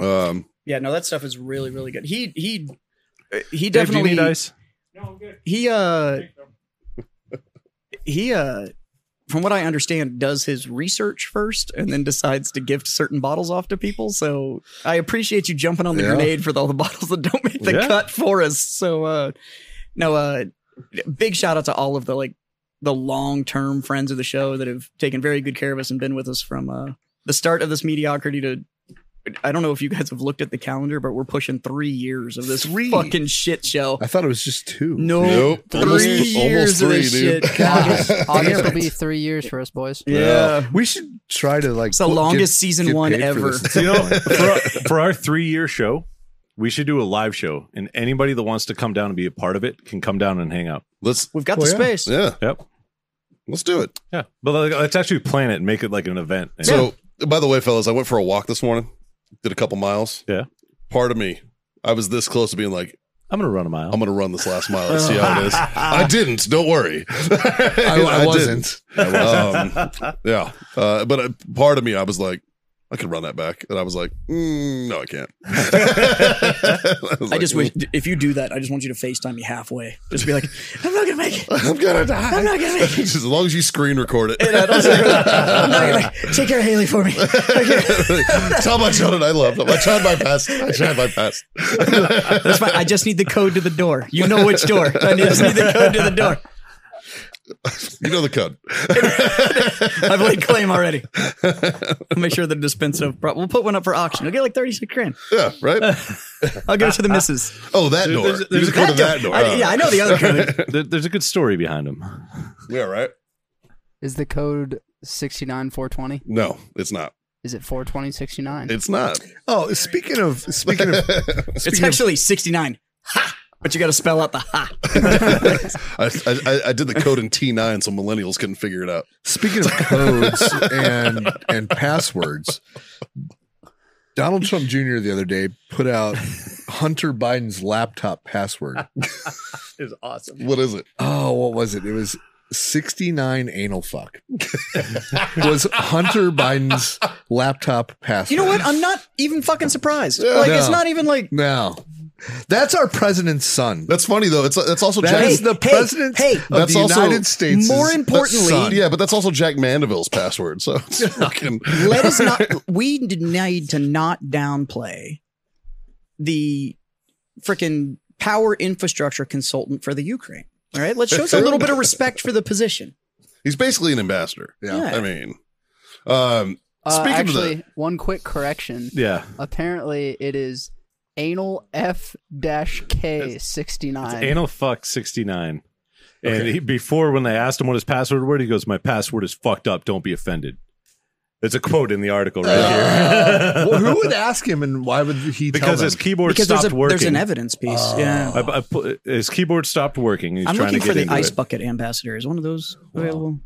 D: um,
E: Yeah, no, that stuff is really, really good. He he he
C: Dave, do you
E: definitely
C: need ice?
E: he uh he uh from what I understand does his research first and then decides to gift certain bottles off to people. So I appreciate you jumping on the
F: Yeah.
E: grenade for all the bottles that don't make the
C: Yeah.
E: cut for us. So uh no uh big shout out to all of the like the long term friends of the show that have taken very good care of us and been with us from uh the start of this mediocrity to I don't know if you guys have looked at the calendar, but we're pushing three years of this
F: Three.
E: fucking shit show.
F: I thought it was just two.
E: No,
D: Nope.
E: three
D: Almost-
E: years
D: almost
E: of
D: three,
E: this
D: dude.
E: shit.
G: August,
E: God.
G: August will
F: it.
G: be three years for us boys.
E: yeah.
F: We should try to like
E: It's the
F: get-
E: longest season
F: get
E: one
F: paid for
E: ever.
F: this.
C: You know, for, for our three year show, we should do a live show, and anybody that wants to come down and be a part of it can come down and hang out.
D: let's
E: We've got
F: Well,
E: the
F: yeah.
E: space.
D: yeah,
C: Yep.
D: let's do it.
C: Yeah. But like, let's actually plan it and make it like an event. And-
D: So, by the way, fellas, I went for a walk this morning, did a couple miles.
C: Yeah.
D: Part of me, I was this close to being like,
C: I'm gonna run a mile.
D: I'm gonna run this last mile and see how it is. I didn't. Don't worry.
F: I, I wasn't.
D: didn't. Um, yeah, uh, but uh, part of me, I was like, I could run that back, and I was like, mm, no, I can't. I, was
E: I
D: like,
E: just wish if you do that, I just want you to FaceTime me halfway. Just be like, I'm not gonna make it.
D: I'm gonna die.
E: I'm not gonna make it.
D: Just as long as you screen record it.
E: I'm not gonna make it. Take care of Haley for me.
D: Tell my children I love them. I tried my best. I tried my best.
E: That's fine. I just need the code to the door. You know which door. I just need the code to the door.
D: You know the code.
E: I've laid claim already. I'll make sure the dispenser. We'll put one up for auction. We'll get like 36 grand.
D: Yeah, right?
E: I'll give it to the missus.
D: Oh, that door.
C: there's-
D: There's,
C: there's
D: you just go to that door.
E: I, yeah, I know the other code.
C: There- there's a good story behind him.
D: Yeah, right?
G: Is the code 69420?
D: No, it's not.
G: Is it 42069?
D: It's not.
F: Oh, speaking of speaking of
E: It's actually 69. Ha! But you got to spell out the ha.
D: I, I, I did the code in T9 so millennials couldn't figure it out.
F: speaking of codes and and passwords, Donald Trump Jr. the other day put out Hunter Biden's laptop password.
C: It's awesome.
D: What is it?
F: Oh, what was it? It was 69 anal fuck. was Hunter Biden's laptop password.
E: You know what? I'm not even fucking surprised. like, it's
F: No.
E: not even like.
F: No. That's our president's son.
D: That's funny, though. It's That's also
F: That
D: Jack.
F: is the
E: hey,
F: president
E: hey,
F: of
D: That's
F: the
D: also-
F: United States.
E: More
D: that's-
E: importantly,
D: yeah, but that's also Jack Mandeville's password. So it's fucking.
E: let us not. We did- need to not downplay the freaking power infrastructure consultant for the Ukraine. All right, let's show us a little bit of respect for the position.
D: He's basically an ambassador.
F: Yeah.
E: Yeah.
D: I mean, um,
G: Uh,
D: speaking
G: actually,
D: of
G: one quick correction.
C: Yeah.
G: Apparently, it is anal F K sixty nine.
C: Anal fuck 69. And he, before, when they asked him what his password was, he goes, My password is fucked up. Don't be offended. It's a quote in the article right here.
F: Uh, Well, who would ask him and why would he tell
C: because
F: them?
C: his keyboard
E: Because there's
C: stopped
E: a
C: working.
E: there's an evidence piece. yeah,
C: I, I pu- his keyboard stopped working. He's
E: I'm
C: trying
E: looking
C: to
E: for
C: get
E: the
C: into
E: ice
C: it.
E: bucket ambassador. Is one of those available?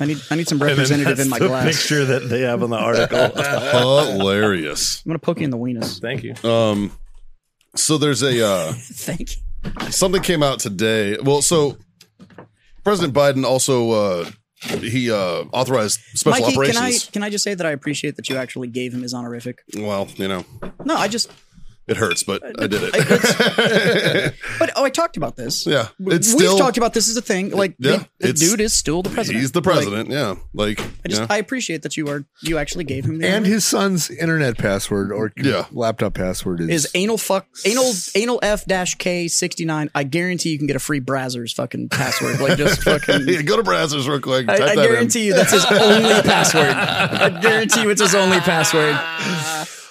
E: I need I need some
C: And then
E: representative
C: that's
E: in my
C: the
E: glass.
C: picture that they have on the article.
D: hilarious.
E: I'm gonna poke you in the weenus.
C: Thank you.
D: Um, so there's a. Uh,
E: Thank you.
D: something came out today. Well, so President Biden also uh, he uh, authorized special
E: Mikey, can I
D: operations.
E: can I just say that I appreciate that you actually gave him his honorific?
D: Well, you know,
E: No, I just
D: it hurts, but I did it.
E: but oh, I talked about this.
D: yeah, it's
E: We've
D: still
E: talked about this as a thing. Like
D: Yeah,
E: the- the,
D: it's-
E: dude is still the president.
D: he's the
E: Like,
D: president. yeah, like
E: I just
D: yeah.
E: I appreciate that you are you actually gave him the
F: and
E: honorific.
F: his son's internet password or
D: Yeah.
F: laptop password is,
E: is anal fuck anal anal f dash k sixty nine. I guarantee you can get a free Brazzers fucking password. Like just fucking.
D: Yeah, go to Brazzers real quick.
E: I,
D: type
E: I
D: that in.
E: guarantee you that's his only password. I guarantee you it's his only password.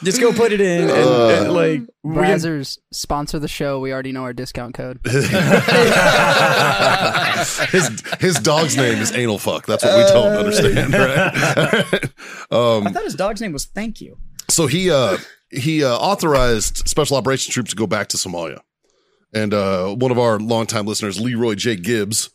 E: Just go put it in and, and, like
D: Uh,
G: Brazzers sponsor the show. We already know our discount code.
D: his his dog's name is anal fuck. That's what we
E: Uh,
D: don't understand. Right?
E: I thought his dog's name was Thank You.
D: so he uh he uh, authorized special operations troops to go back to Somalia, and uh, one of our longtime listeners, Leroy J Gibbs,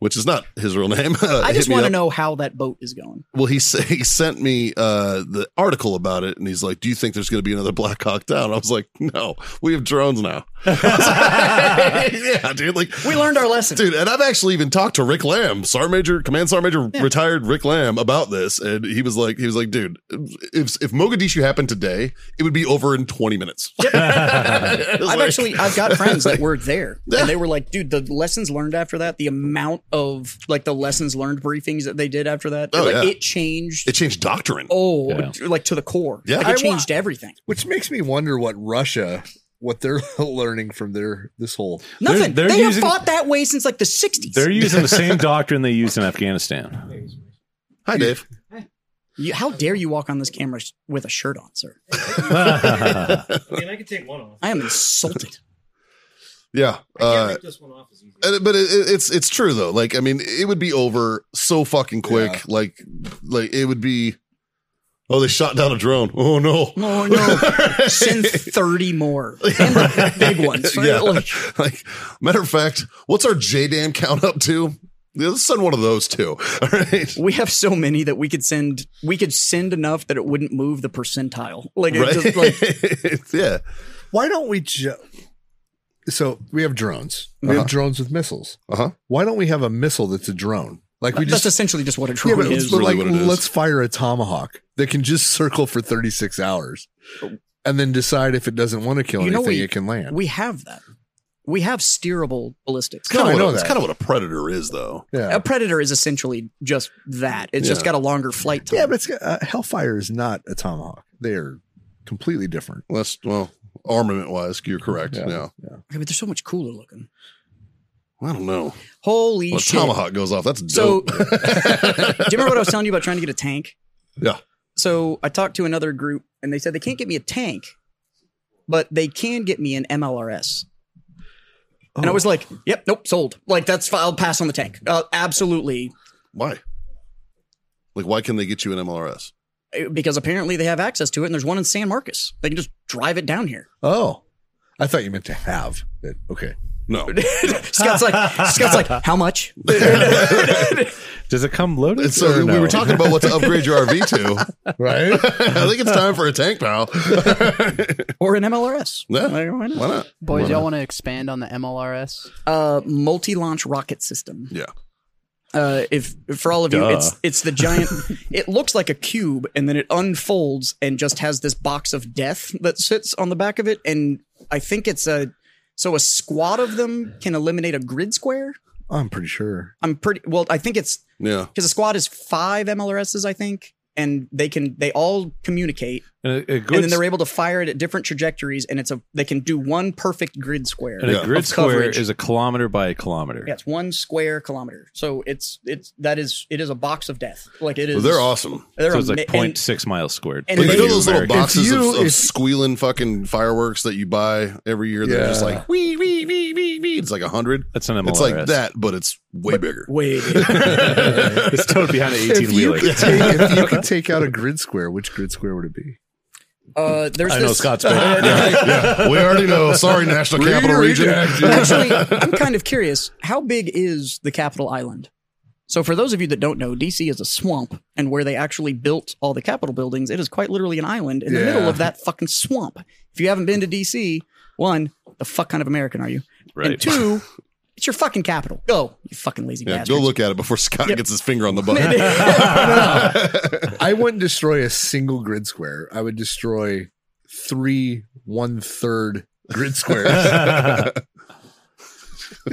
D: which is not his real name. uh,
E: I
D: hit
E: just
D: me
E: want to
D: up.
E: know how that boat is going.
D: Well, he sa- he sent me uh, the article about it, and he's like, "Do you think there's going to be another Black Hawk down?" I was like, "No, we have drones now." yeah, dude. Like,
E: We learned our lesson.
D: dude, and I've actually even talked to Rick Lamb, Sergeant Major, Command Sergeant Major, retired Rick Lamb, about this, and he was like, he was like, "Dude, if if Mogadishu happened today, it would be over in 20 minutes." It's
E: I've
D: like-
E: actually I've got friends that were there,
D: Yeah.
E: and they were like, "Dude, the lessons learned after that, the amount of like the lessons learned briefings that they did after that,
D: Oh,
E: like,
D: yeah.
E: it changed.
D: it changed doctrine.
E: oh,
C: Yeah.
E: like to the core.
D: Yeah.
E: like,
D: I
E: it
D: wa-
E: changed everything.
F: which makes me wonder what Russia what they're learning from their this whole
E: Nothing.
C: they're
E: they
C: using-
E: have fought that way since like the '60s.
C: They're using the same doctrine they used in Afghanistan.
D: Hi, Dave.
E: You, how dare you walk on this camera sh- with a shirt on, sir?
H: I mean, I can take one off.
E: I am insulted.
D: Yeah.
H: I can't
D: Uh,
H: rip this one off as easy.
D: And it- but it, it- it's it's true though. Like I mean, it would be over so fucking quick.
F: Yeah.
D: Like like it would be. Oh, they shot down a drone. Oh no.
E: No, no. Send thirty more and the big ones.
D: Yeah.
E: Like,
D: Like matter of fact, what's our J dam count up to? Yeah, let's send one of those too. All right.
E: we have so many that we could send. We could send enough that it wouldn't move the percentile. Like, it
D: Right.
E: just, like
D: yeah.
F: why don't we just so we have drones. We
D: Uh-huh.
F: have drones with missiles.
D: Uh-huh.
F: Why don't we have a missile that's a drone? Like we
E: That's
F: just
E: essentially just what a
F: yeah,
E: drone
F: but,
E: is.
F: but
D: really
F: like
D: what it is.
F: let's fire a tomahawk that can just circle for 36 hours and then decide if it doesn't want to kill
E: You know,
F: anything
E: we-
F: it can land.
E: We have that. We have steerable ballistics.
F: No, I know
D: It's
F: that.
D: kind of what a predator is, though.
F: yeah.
E: A predator is essentially just that. It's just
D: Yeah.
E: got a longer flight time.
F: yeah, but it's uh, Hellfire is not a tomahawk. They're completely different.
D: Well, That's well, armament wise, you're correct. Yeah.
E: Okay, but they're so much cooler looking.
D: I don't know.
E: Holy
D: Well, a
E: shit!
D: tomahawk goes off. That's
E: So,
D: dope.
E: do you remember what I was telling you about trying to get a tank?
D: Yeah.
E: So I talked to another group, and they said they can't get me a tank, but they can get me an MLRS. And I was like, "Yep, nope, sold. Like that's fi- I'll pass on the tank. Uh, absolutely,
D: why? Like, why can they get you an MLRS?
E: Uh, because apparently they have access to it, and there's one in San Marcos. They can just drive it down here."
F: Oh, I thought you meant to have it. Okay.
D: No,
E: Scott's like, Scott's like, how much?
C: Does it come loaded?
D: And so
C: or
D: we
C: no?
D: were talking about what to upgrade your RV to.
F: Right?
D: I think it's time for a tank now.
E: or an MLRS?
D: Yeah.
E: Like, why not?
D: Why not?
G: Boys, y'all want to expand on the MLRS?
E: Uh, multi-launch rocket system.
D: Yeah.
E: uh, if for all of you,
C: Duh.
E: it's it's the giant. it looks like a cube, and then it unfolds and just has this box of death that sits on the back of it. And I think it's a so a squad of them can eliminate a grid square.
F: I'm pretty sure.
E: I'm pretty well. I think it's
D: Yeah.
E: because a squad is five MLRSs, I think, and they can they all communicate,
C: And a, a good,
E: and then they're able to fire it at different trajectories, and it's a they can do one perfect grid square.
C: and a
D: Yeah.
C: grid
E: of
C: square
E: coverage.
C: is a kilometer by a kilometer.
E: Yeah, it's one square kilometer. So it's it's that is it is a box of death. Like it
D: Well,
E: is.
D: they're awesome.
E: They're
C: So it's
E: ama-
C: like
E: and-
C: 0.6 miles squared.
E: and
D: But
E: they-
D: you know those little
C: American.
D: boxes
F: If you-
D: of, of
F: if-
D: squealing fucking fireworks that you buy every year? They're just
F: Yeah.
D: like wee wee wee wee wee. It's like a hundred.
C: That's an MLRS.
D: It's like that, but it's way bigger.
E: Wait.
C: it's towed behind an 18
F: If you,
C: wheeler.
F: could take, if you could take out a grid square, which grid square would it be?
E: Uh, there's
C: I
E: this,
C: know Scott's bad.
D: yeah, we already know. Sorry, National Capital Region.
E: Actually, I'm kind of curious. How big is the capital island? So, for those of you that don't know, DC is a swamp, and where they actually built all the Capitol buildings, it is quite literally an island in the
F: Yeah.
E: middle of that fucking swamp. If you haven't been to DC, one, the fuck kind of American are you?
C: Right.
E: And two, it's your fucking capital. Go, you fucking lazy
D: Yeah,
E: bastard.
D: go look at it before Scott gets his finger on the button.
F: I wouldn't destroy a single grid square. I would destroy three one third grid squares.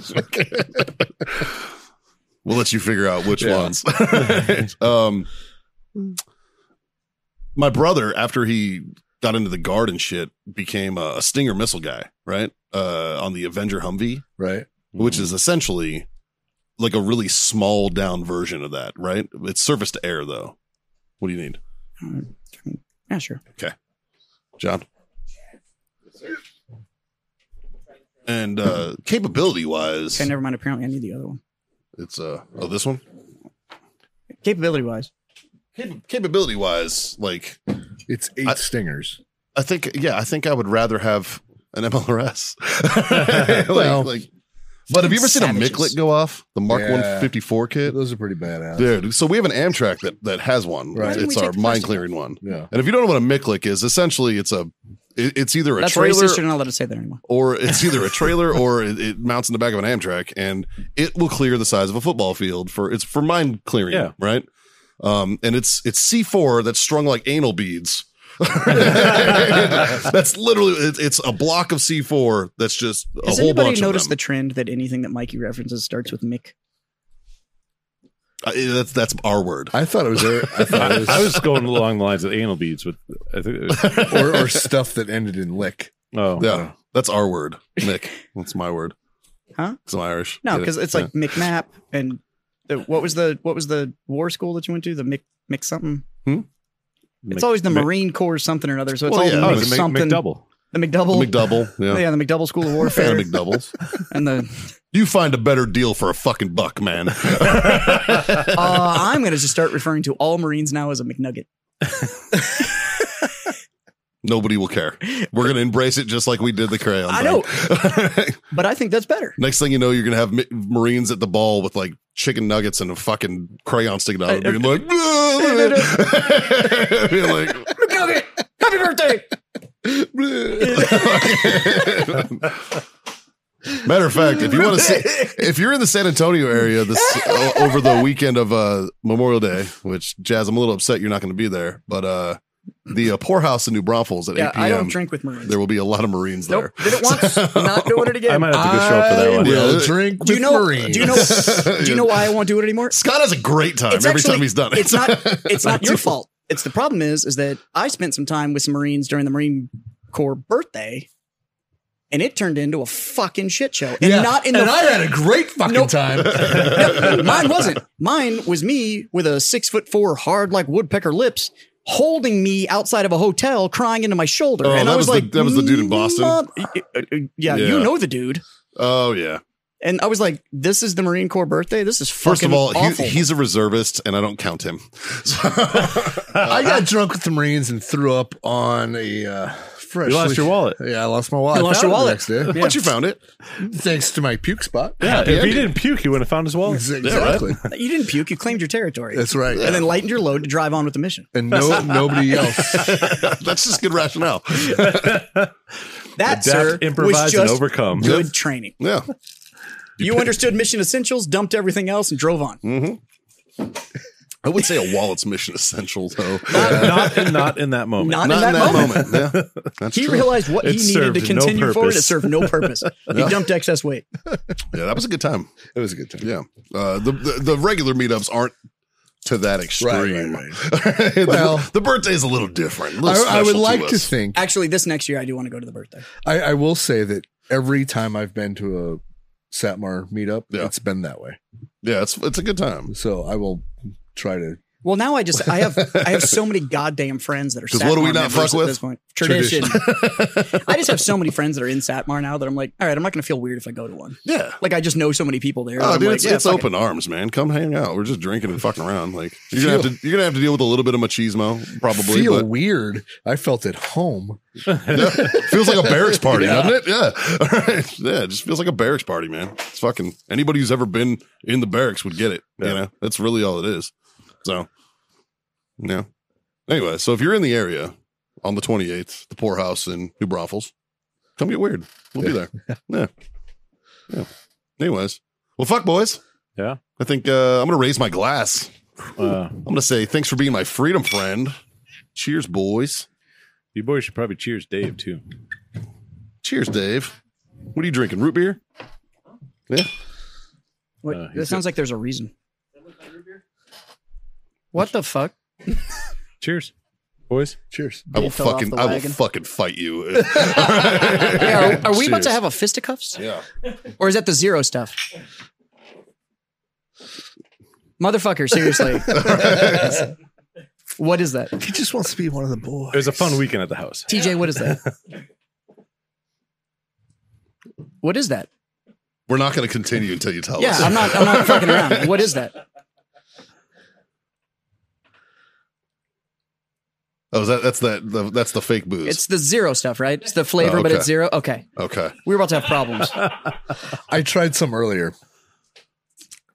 D: We'll let you figure out which
F: Yeah.
D: ones. um, my brother, after he got into the guard and shit, became a, a Stinger missile guy, right? Uh, on the Avenger Humvee,
F: right.
D: which
F: Mm.
D: is essentially like a really small down version of that, right? It's surface to air, though. What do you need,
E: yeah, sure.
D: John? And uh, capability wise,
E: Okay, never mind. Apparently, I need the other one.
D: it's uh, oh, this one.
E: Capability wise,
D: Capability wise, like
F: It's eight
D: I-
F: stingers.
D: I think yeah, I think I would rather have an MLRS. like,
F: Well,
D: like- but have you ever seen
E: savages.
D: a Miklet go off? The Mark
F: Yeah.
D: 154 kit?
F: Those are pretty badass.
D: Dude, so we have an Amtrak that that has one.
F: Why didn't
D: It's
E: we
D: our
E: take the
D: mine
E: plastic
D: clearing one.
F: Yeah.
D: And if you don't know what a Miklick is, essentially it's a it- it's either a
E: that's
D: trailer
E: racist. You're not allowed to say that anymore.
D: or it's either a trailer or it, it mounts in the back of an Amtrak and it will clear the size of a football field for it's for mine clearing,
C: Yeah.
D: right? Um, and it's it's C4 that's strung like anal beads. that's literally it, it's a block of C4 that's just a
E: Has
D: whole
E: anybody
D: bunch
E: noticed
D: of
E: the
D: them.
E: trend that anything that Mikey references starts with Mick?
D: Uh, that's that's our word.
F: I thought it was there. I thought
C: I was,
F: it was,
C: going along the lines of anal beads with. I think. It was,
F: or, or stuff that ended in lick.
C: oh,
D: yeah, that's our word, Nick. That's my word.
E: Huh?
D: It's my Irish.
E: No,
D: Get it?
E: because it's
D: Yeah.
E: like McNap and the, what was the what was the war school that you went to? The Mc Mc something.
D: Hmm?
E: It's always the
C: Mc-
E: Marine Corps something or another. So it's
D: Well,
E: all
D: yeah,
E: the
D: it
E: Mc
D: was
C: Mc-
E: something.
C: Oh, McDouble.
E: The McDouble.
D: McDouble. Yeah.
E: Yeah. the McDouble School of
D: Fan
E: Warfare
D: of McDoubles.
E: and the.
D: You find a better deal for a fucking buck, man.
E: Uh, I'm going to just start referring to all Marines now as a McNugget.
D: Nobody will care. We're going to embrace it just like we did the crayon.
E: I
D: know.
E: But I think that's better.
D: Next thing you know, you're going to have mi- Marines at the ball with like chicken nuggets and a fucking crayon sticking out of it, being like, being like,
E: McNugget, happy birthday!
D: Matter of fact, if you want to see, if you're in the San Antonio area this o- over the weekend of uh, Memorial Day, which Jazz, I'm a little upset you're not going to be there, but uh, the uh, poorhouse in New Braunfels at
E: Yeah,
D: 8 p.m.
E: I don't drink with Marines.
D: There will be a lot of Marines
E: Nope,
D: there.
E: did it once. Not doing it
C: I
E: again.
C: might have to go show up for that
F: I
C: one.
D: Yeah.
F: will drink with
E: do you know?
F: Marines.
E: Do you know? Do you know why I won't do it anymore?
D: Scott has a great time every time he's done it.
E: It's not. It's not your fault. It's the problem is is that I spent some time with some Marines during the Marine Corps birthday, and it turned into a fucking shit show. And
F: Yeah,
E: not in the.
F: and I had a great fucking
E: Nope.
F: time.
E: No, mine wasn't. Mine was me with a six foot four, hard like woodpecker lips, holding me outside of a hotel, crying into my shoulder.
D: Oh,
E: and I
D: that
E: was,
D: was
E: like,
D: the-
E: "Mm,
D: that was the dude in Boston?
E: "Mom-" uh, yeah, you
D: Yeah.
E: know the dude.
D: oh yeah.
E: And I was like, this is the Marine Corps birthday. This is fucking
D: First of all, he,
E: awful.
D: he's a reservist, and I don't count him.
F: I got drunk with the Marines and threw up on a uh, fresh.
C: You lost your wallet.
F: Yeah, I lost my wallet.
E: You lost
F: Found it
E: your wallet.
F: the next day.
D: But you found it.
F: Thanks to my puke spot.
C: Yeah, if
D: ending.
C: he didn't puke, he wouldn't have found his wallet.
F: Exactly.
E: you didn't puke. You claimed your territory.
F: That's right.
E: And then lightened your load to drive on with the mission.
F: And no, nobody else.
D: That's just good rationale.
E: That,
C: Adapt,
E: sir, was
C: improvise, and
E: just
C: overcome.
E: good training.
D: Yeah.
E: You understood mission essentials, dumped everything else, and drove on.
D: I would say a wallet's mission essential, though.
C: not, in, not in that moment.
E: Not,
D: Not
E: in that, moment.
D: Yeah. That's
E: He
D: true.
E: realized what
C: It
E: he needed to
C: served no
E: continue forward. It
C: purpose.
E: served no purpose. He dumped excess weight.
D: Yeah, that was a good time.
F: It was a good time.
D: Yeah. Uh, the, the the regular meetups aren't to that extreme.
F: right,
D: the,
F: Well-
D: the birthday is a little different. a little
F: I, I
D: special
F: would like to
D: us.
F: think.
E: Actually, this next year I do want to go to the birthday.
F: I, I will say that every time I've been to a Satmar meetup,
D: Yeah.
F: it's been that way.
D: Yeah, it's it's a good time.
F: So I will try to
E: Well, now I just I have I have so many goddamn friends that are
D: 'Cause what do we
E: Satmar
D: not
E: members
D: fuck
E: at
D: with?
E: this point. Tradition. I just have so many friends that are in Satmar now that I'm like, all right, I'm not going to feel weird if I go to one.
D: Yeah.
E: Like I just know so many people there. that
D: Oh,
E: I'm
D: dude,
E: like,
D: it's,
E: yeah,
D: it's
E: fuck it.
D: open arms, man. Come hang out. We're just drinking and fucking around. Like you're gonna have to you're gonna have to deal with a little bit of machismo, probably.
F: feel
D: but
F: weird. I felt at home.
D: feels like a barracks party, doesn't it? Yeah. All right. Yeah, it just feels like a barracks party, man. It's fucking anybody who's ever been in the barracks would get it. You know, that's really all it is. So yeah. Anyway, so if you're in the area on the 28th, the poorhouse in New Braunfels, come get weird. We'll be there. Yeah. Yeah. Anyways. Well, fuck boys.
C: Yeah.
D: I think uh, I'm gonna raise my glass.
C: Uh,
D: I'm gonna say thanks for being my freedom friend. Cheers, boys.
C: you boys should probably cheers Dave, too.
D: Cheers, Dave. What are you drinking? Root beer?
E: Wait,
C: Uh, he's
E: that sounds like there's a reason. What the fuck?
C: Cheers, boys.
F: Cheers.
D: I will
G: Dave fell off
D: fucking
G: the
D: I will
G: wagon.
D: fucking fight you.
E: Yeah, are, are we about to
D: Cheers.
E: have a fisticuffs?
D: yeah.
E: Or is that the zero stuff? Motherfucker, seriously. what is that?
F: He just wants to be one of the boys.
C: It was a fun weekend at the house.
E: TJ, what is that? What is that?
D: We're not going to continue until you tell
E: Yeah,
D: us.
E: I'm not I'm not fucking around. What is that?
D: oh, is that that's that the, that's the fake booze.
E: It's the zero stuff, right? It's the flavor,
D: Oh,
E: but
D: okay.
E: it's zero. Okay.
D: okay.
E: We were about to have problems.
F: I tried some earlier.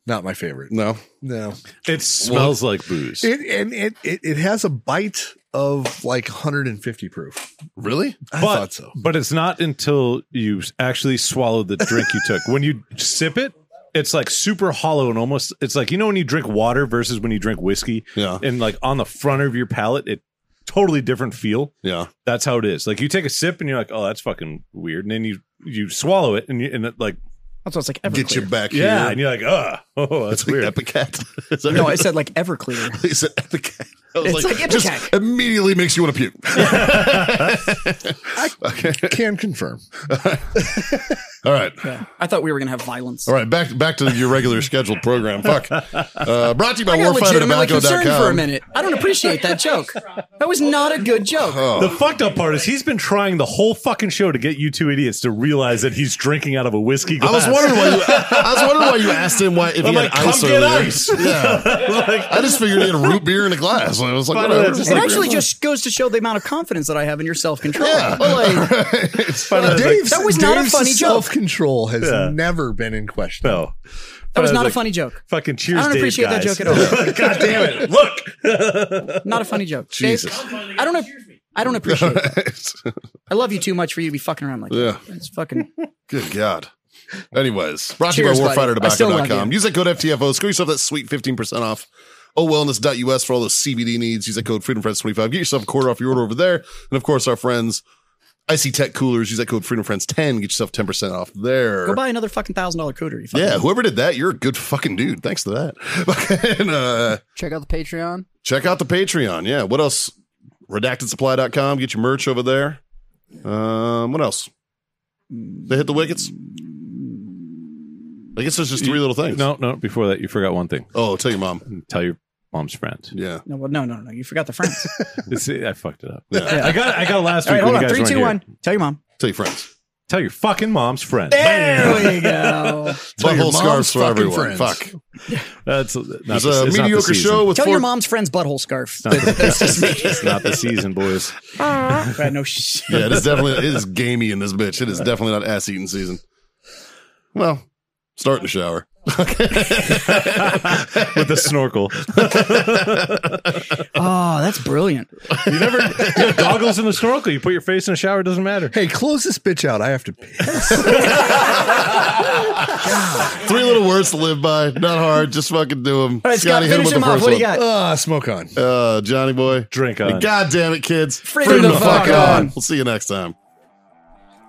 F: Not my favorite.
D: No.
F: No.
C: It smells like booze.
F: It and it, it it has a bite of like 150 proof.
D: Really?
F: I
C: but,
F: thought so.
C: But it's not until you actually swallow the drink you took. When you sip it, it's like super hollow and almost it's like you know when you drink water versus when you drink whiskey.
D: Yeah.
C: And like on the front of your palate, it totally different feel.
D: Yeah.
C: That's how it is. Like you take a sip and you're like, oh, that's fucking weird. And then you you swallow it and you and it like
E: That's what it's like
D: Get you
E: Everclear.
D: back
C: yeah,
D: here.
C: and you're like, oh, oh that's
D: It's like
C: weird.
D: Epicat. Is that
E: No, I
D: right?
E: said like Everclear.
D: They said Epicat. I
E: It's
D: was
E: like
D: just
E: Epicat.
D: immediately makes you want to puke.
F: Can confirm.
D: All right.
E: Yeah. I thought we were gonna have violence.
D: All right, back back to your regular scheduled program. Fuck. Uh, brought to you by
E: I got legitimately concerned for a
D: warfightertobacco.com.
E: minute. I don't appreciate that joke. That was not a good joke.
C: The fucked up part is he's been trying the whole fucking show to get you two idiots to realize that he's drinking out of a whiskey glass.
D: I was wondering why you, I was wondering why you asked him why if
C: I'm
D: he
C: like,
D: had ice
C: come
D: over
C: get
D: there.
C: ice. Like,
D: I just figured he had root beer in a glass. I was like,
C: Finally,
D: whatever.
C: that's just
E: It
C: like-
E: actually just goes to show the amount of confidence that I have in your self control.
D: Yeah.
C: finally I was like,
E: That was not a funny joke.
F: Self control has
C: Yeah.
F: never been in question.
C: no.
E: that was
C: I
E: not
C: like,
E: a funny joke.
C: Fucking cheers,
E: I don't
C: Dave,
E: appreciate that
C: guys.
E: joke at all.
C: God damn it! Look,
E: Not a funny joke. Jesus. I don't. Ap- I don't appreciate. That. I love you too much for you to be fucking around like
D: Yeah.
E: that. It's fucking.
D: Good God. Anyways, brought
E: Cheers,
D: to you by
E: buddy. I still love
D: warfightertobacco.com. Use that code FTFO. Screw yourself that sweet 15% off. Oh OWellness.us for all those CBD needs. Use that code FreedomFriends25. Get yourself a quarter off your order over there. And of course, our friends, Icy Tech Coolers. Use that code FreedomFriends10. Get yourself 10% off there.
E: Go buy another fucking thousand dollar cooter. You fucking
D: Yeah, whoever did that, you're a good fucking dude. Thanks to that. and, uh,
G: Check out the Patreon.
D: check out the Patreon. Yeah. What else? RedactedSupply.com. Get your merch over there. Um, what else? They hit the wickets. I guess there's just three little things.
C: No, no. Before that, you forgot one thing.
D: Oh, tell your mom.
C: Tell your mom's friend.
D: Yeah.
E: No, well, no, no, no. You forgot the friends.
C: It's, I fucked it up.
E: Yeah.
C: I got. I got it last
E: All
C: week.
E: right,
C: when you
E: hold on.
C: guys
E: Three,
C: weren't
E: two,
C: here.
E: one. Tell your mom.
D: Tell your friends.
C: Tell your fucking mom's friend.
E: There we go.
F: Tell your
D: Butthole
F: mom's
D: scarves for
F: fucking
D: everyone.
F: friends.
D: Fuck.
C: That's not the- it's
D: There's
C: not
D: a
C: the
D: mediocre
C: season.
D: show with
E: Tell
D: four.
E: your mom's friend's butthole scarf.
C: It's not the- It's not the season, boys.
E: Right, no shit.
D: yeah, it is definitely it is gamey in this bitch. It is definitely not ass eating season. Well, start in the shower.
C: With the snorkel,
E: Oh, that's brilliant.
C: you never you have goggles in the snorkel. You put your face in a shower. It doesn't matter.
F: Hey, close this bitch out. I have to piss.
D: Three little words to live by. Not hard. Just fucking do them.
E: All right, Scott, finish him off. What do you got?
F: Ah, smoke on.
D: Uh, Johnny boy.
C: Drink on.
D: And God damn it, kids.
E: Freedom the fuck on.
D: We'll see you next time.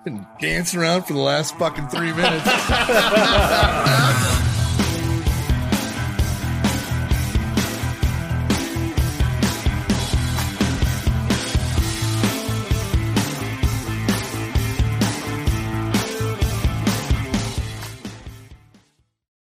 F: Been dancing around for the last fucking three minutes.